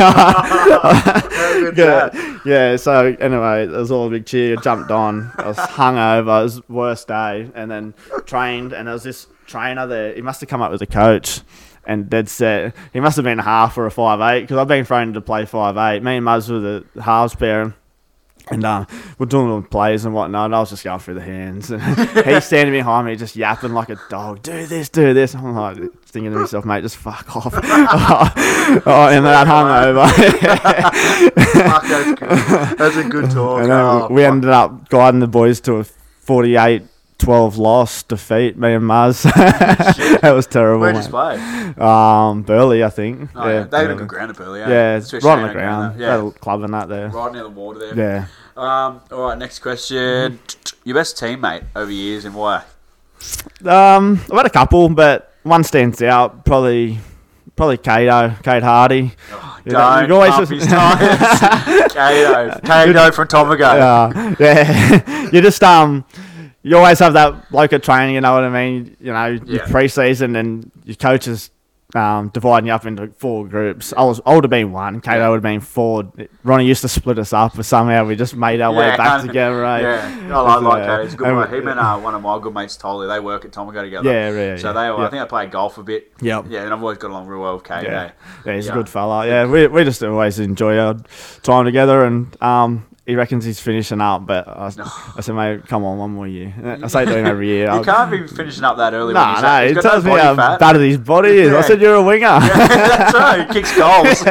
[SPEAKER 5] yeah, yeah. So anyway, it was all a big cheer. Jumped on. I was hungover. It was the worst day, and then trained. And there was this trainer there. He must have come up with a coach. And dead set. He must have been a half or a five eight because I've been thrown to play five eight. Me and Muzz were the halves pairing. And um, we're doing all the plays and whatnot. And I was just going through the hands. And he's standing behind me, just yapping like a dog. Do this, do this. I'm like thinking to myself, mate, just fuck off. oh, and then I hung over.
[SPEAKER 4] Fuck, that's good. That's a good talk.
[SPEAKER 5] And then
[SPEAKER 4] Oh,
[SPEAKER 5] we ended up guiding the boys to a 48 12 loss defeat, me and Mars. that was terrible.
[SPEAKER 4] Where'd you
[SPEAKER 5] mate.
[SPEAKER 4] play?
[SPEAKER 5] Um, Burley, I think.
[SPEAKER 4] Oh, yeah. They had a
[SPEAKER 5] Burley.
[SPEAKER 4] good ground up earlier.
[SPEAKER 5] Yeah,
[SPEAKER 4] It's
[SPEAKER 5] right on the
[SPEAKER 4] Australian
[SPEAKER 5] ground.
[SPEAKER 4] there. Yeah.
[SPEAKER 5] Yeah, club and that there.
[SPEAKER 4] Right near the water there.
[SPEAKER 5] Yeah.
[SPEAKER 4] Um, all right, next question. Your best teammate over years and why?
[SPEAKER 5] Um, I've had a couple, but one stands out. Probably, probably Cato, Kate Hardy. You know,
[SPEAKER 4] Don't
[SPEAKER 5] you always
[SPEAKER 4] up
[SPEAKER 5] just-
[SPEAKER 4] his times. Kato. Kato from Tom ago.
[SPEAKER 5] Yeah, yeah. you just um, you always have that bloke at training. You know what I mean? You know,
[SPEAKER 4] Yeah.
[SPEAKER 5] your preseason and your coaches um dividing you up into four groups. I was, I would have been one. Kato would have been four. Ronnie used to split us up, but somehow we just made our way back together. Right?
[SPEAKER 4] Yeah, I like, like
[SPEAKER 5] Yeah.
[SPEAKER 4] that. He's a good
[SPEAKER 5] And-
[SPEAKER 4] bloke. Him and uh, one of my good mates, Tolly, they work at Tomago together.
[SPEAKER 5] Yeah, yeah,
[SPEAKER 4] So
[SPEAKER 5] yeah,
[SPEAKER 4] they, all, I
[SPEAKER 5] yeah.
[SPEAKER 4] think they play golf a bit.
[SPEAKER 5] Yep.
[SPEAKER 4] Yeah, and I've always got along real well with Kato.
[SPEAKER 5] Yeah. Yeah, he's
[SPEAKER 4] Yeah.
[SPEAKER 5] a good fella. Yeah, we, we just always enjoy our time together, and um, he reckons he's finishing up. But I, I said, mate, come on, one more year. I say to him every year.
[SPEAKER 4] You
[SPEAKER 5] I'll-
[SPEAKER 4] can't be finishing up that early.
[SPEAKER 5] Nah,
[SPEAKER 4] when
[SPEAKER 5] no,
[SPEAKER 4] he's
[SPEAKER 5] he
[SPEAKER 4] he's got
[SPEAKER 5] tells
[SPEAKER 4] no
[SPEAKER 5] me
[SPEAKER 4] body
[SPEAKER 5] how
[SPEAKER 4] fat.
[SPEAKER 5] bad his body is.
[SPEAKER 4] Yeah.
[SPEAKER 5] I said, you're a winger.
[SPEAKER 4] That's right. He kicks goals,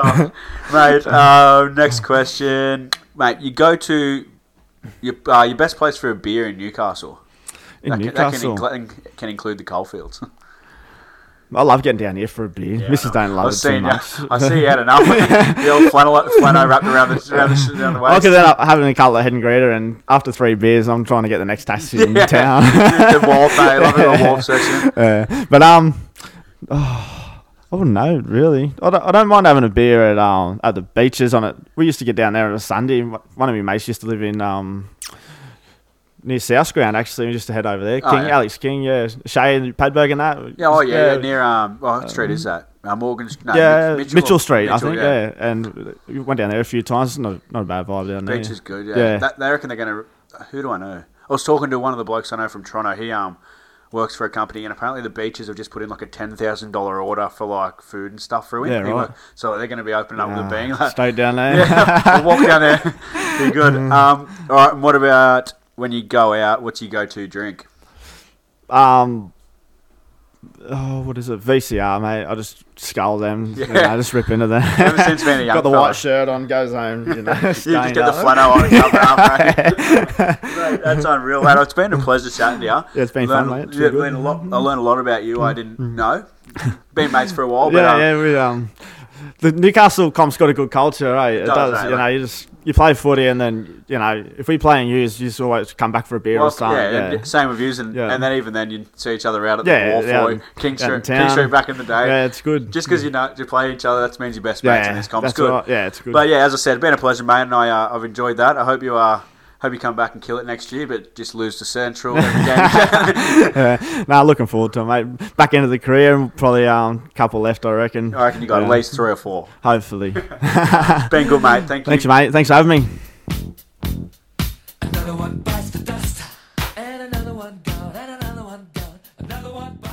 [SPEAKER 4] Oh, mate. Um, next question, mate. You go to your uh, your best place for a beer in Newcastle.
[SPEAKER 5] In
[SPEAKER 4] that
[SPEAKER 5] Newcastle.
[SPEAKER 4] Can, that can, incl- can include the coalfields.
[SPEAKER 5] I love getting down here for a beer. Mrs. Don't love
[SPEAKER 4] I've
[SPEAKER 5] it too
[SPEAKER 4] seen you.
[SPEAKER 5] much.
[SPEAKER 4] I see you had enough. the old flannel, flannel wrapped around the around the, around the
[SPEAKER 5] I
[SPEAKER 4] waist.
[SPEAKER 5] Look at that, having a couple of head and greeter, and after three beers, I'm trying to get the next taxi in
[SPEAKER 4] Yeah.
[SPEAKER 5] town.
[SPEAKER 4] the wharf, mate. I love it, the wharf section.
[SPEAKER 5] Yeah. But um, oh, I wouldn't know really. I don't, I don't mind having a beer at um at the beaches on it. We used to get down there on a Sunday. One of my mates used to live in um near South Ground actually. We used to head over there.
[SPEAKER 4] Oh,
[SPEAKER 5] King
[SPEAKER 4] yeah.
[SPEAKER 5] Alex King, yeah, Shay and Padberg and that.
[SPEAKER 4] Yeah, oh yeah, yeah, near um, well, what street is that? Uh, Morgan, no,
[SPEAKER 5] yeah,
[SPEAKER 4] Mitch-
[SPEAKER 5] Mitchell, Street, I
[SPEAKER 4] Mitchell,
[SPEAKER 5] think. Yeah. and we went down there a few times. It's Not not a bad vibe down there.
[SPEAKER 4] Beach is good. Yeah,
[SPEAKER 5] Yeah.
[SPEAKER 4] That, they reckon they're going to. Who do I know? I was talking to one of the blokes I know from Toronto. He um, works for a company, and apparently the beaches have just put in like a ten thousand dollar order for like food and stuff through him.
[SPEAKER 5] Yeah,
[SPEAKER 4] He
[SPEAKER 5] right.
[SPEAKER 4] wa- So they're going to be opening up
[SPEAKER 5] Ah,
[SPEAKER 4] the being like,
[SPEAKER 5] Stay down there.
[SPEAKER 4] yeah, we'll walk down there. Be good.
[SPEAKER 5] Mm.
[SPEAKER 4] Um, all right. And what about when you go out? What's your go-to drink?
[SPEAKER 5] Um, oh, what is it? VCR, mate. I just scull them. you
[SPEAKER 4] Yeah.
[SPEAKER 5] know, I just rip into them.
[SPEAKER 4] Ever since being a young
[SPEAKER 5] Got the
[SPEAKER 4] fella.
[SPEAKER 5] white shirt on, goes home. You know,
[SPEAKER 4] You just get
[SPEAKER 5] stained
[SPEAKER 4] the
[SPEAKER 5] up.
[SPEAKER 4] flannel on and cover it up, mate. Mate, That's unreal, mate. It's been a pleasure chatting to you.
[SPEAKER 5] Yeah, it's been
[SPEAKER 4] Learned-
[SPEAKER 5] fun, mate. It's
[SPEAKER 4] Yeah,
[SPEAKER 5] been good. Mm.
[SPEAKER 4] learned a lot, I learned a lot about you. I didn't know. Been mates for a while, but
[SPEAKER 5] yeah,
[SPEAKER 4] um,
[SPEAKER 5] yeah. We, um, the Newcastle comp's got a good culture, right? It
[SPEAKER 4] Does,
[SPEAKER 5] does.
[SPEAKER 4] eh,
[SPEAKER 5] you know,
[SPEAKER 4] like-
[SPEAKER 5] you just you play footy, and then you know, if we play and use, you just always come back for a beer
[SPEAKER 4] Well,
[SPEAKER 5] or something.
[SPEAKER 4] yeah,
[SPEAKER 5] Yeah,
[SPEAKER 4] and same reviews, and,
[SPEAKER 5] Yeah.
[SPEAKER 4] and then even then you see each other out at the
[SPEAKER 5] Yeah,
[SPEAKER 4] wharf
[SPEAKER 5] yeah,
[SPEAKER 4] or
[SPEAKER 5] out-
[SPEAKER 4] King
[SPEAKER 5] out
[SPEAKER 4] Street,
[SPEAKER 5] in
[SPEAKER 4] King
[SPEAKER 5] town.
[SPEAKER 4] Street back in the day.
[SPEAKER 5] Yeah, it's good.
[SPEAKER 4] Just because you know you play each other, that means you're best mates in this comp. It's
[SPEAKER 5] that's
[SPEAKER 4] good.
[SPEAKER 5] right. Yeah, it's good.
[SPEAKER 4] But yeah, as I said, been a pleasure, mate, and I uh, I've enjoyed that. I hope you Uh, Hope you come back and kill it next year, but just lose to Central every game.
[SPEAKER 5] yeah. Nah, looking forward to it, mate. Back into the career, probably um, couple left, I reckon.
[SPEAKER 4] I reckon you got
[SPEAKER 5] Yeah.
[SPEAKER 4] at least three or four.
[SPEAKER 5] Hopefully.
[SPEAKER 4] Been good, mate. Thank you.
[SPEAKER 5] Thanks, mate. Thanks for having me.
[SPEAKER 6] Another one bites the dust, and another one gone, and another one gone, another one bites.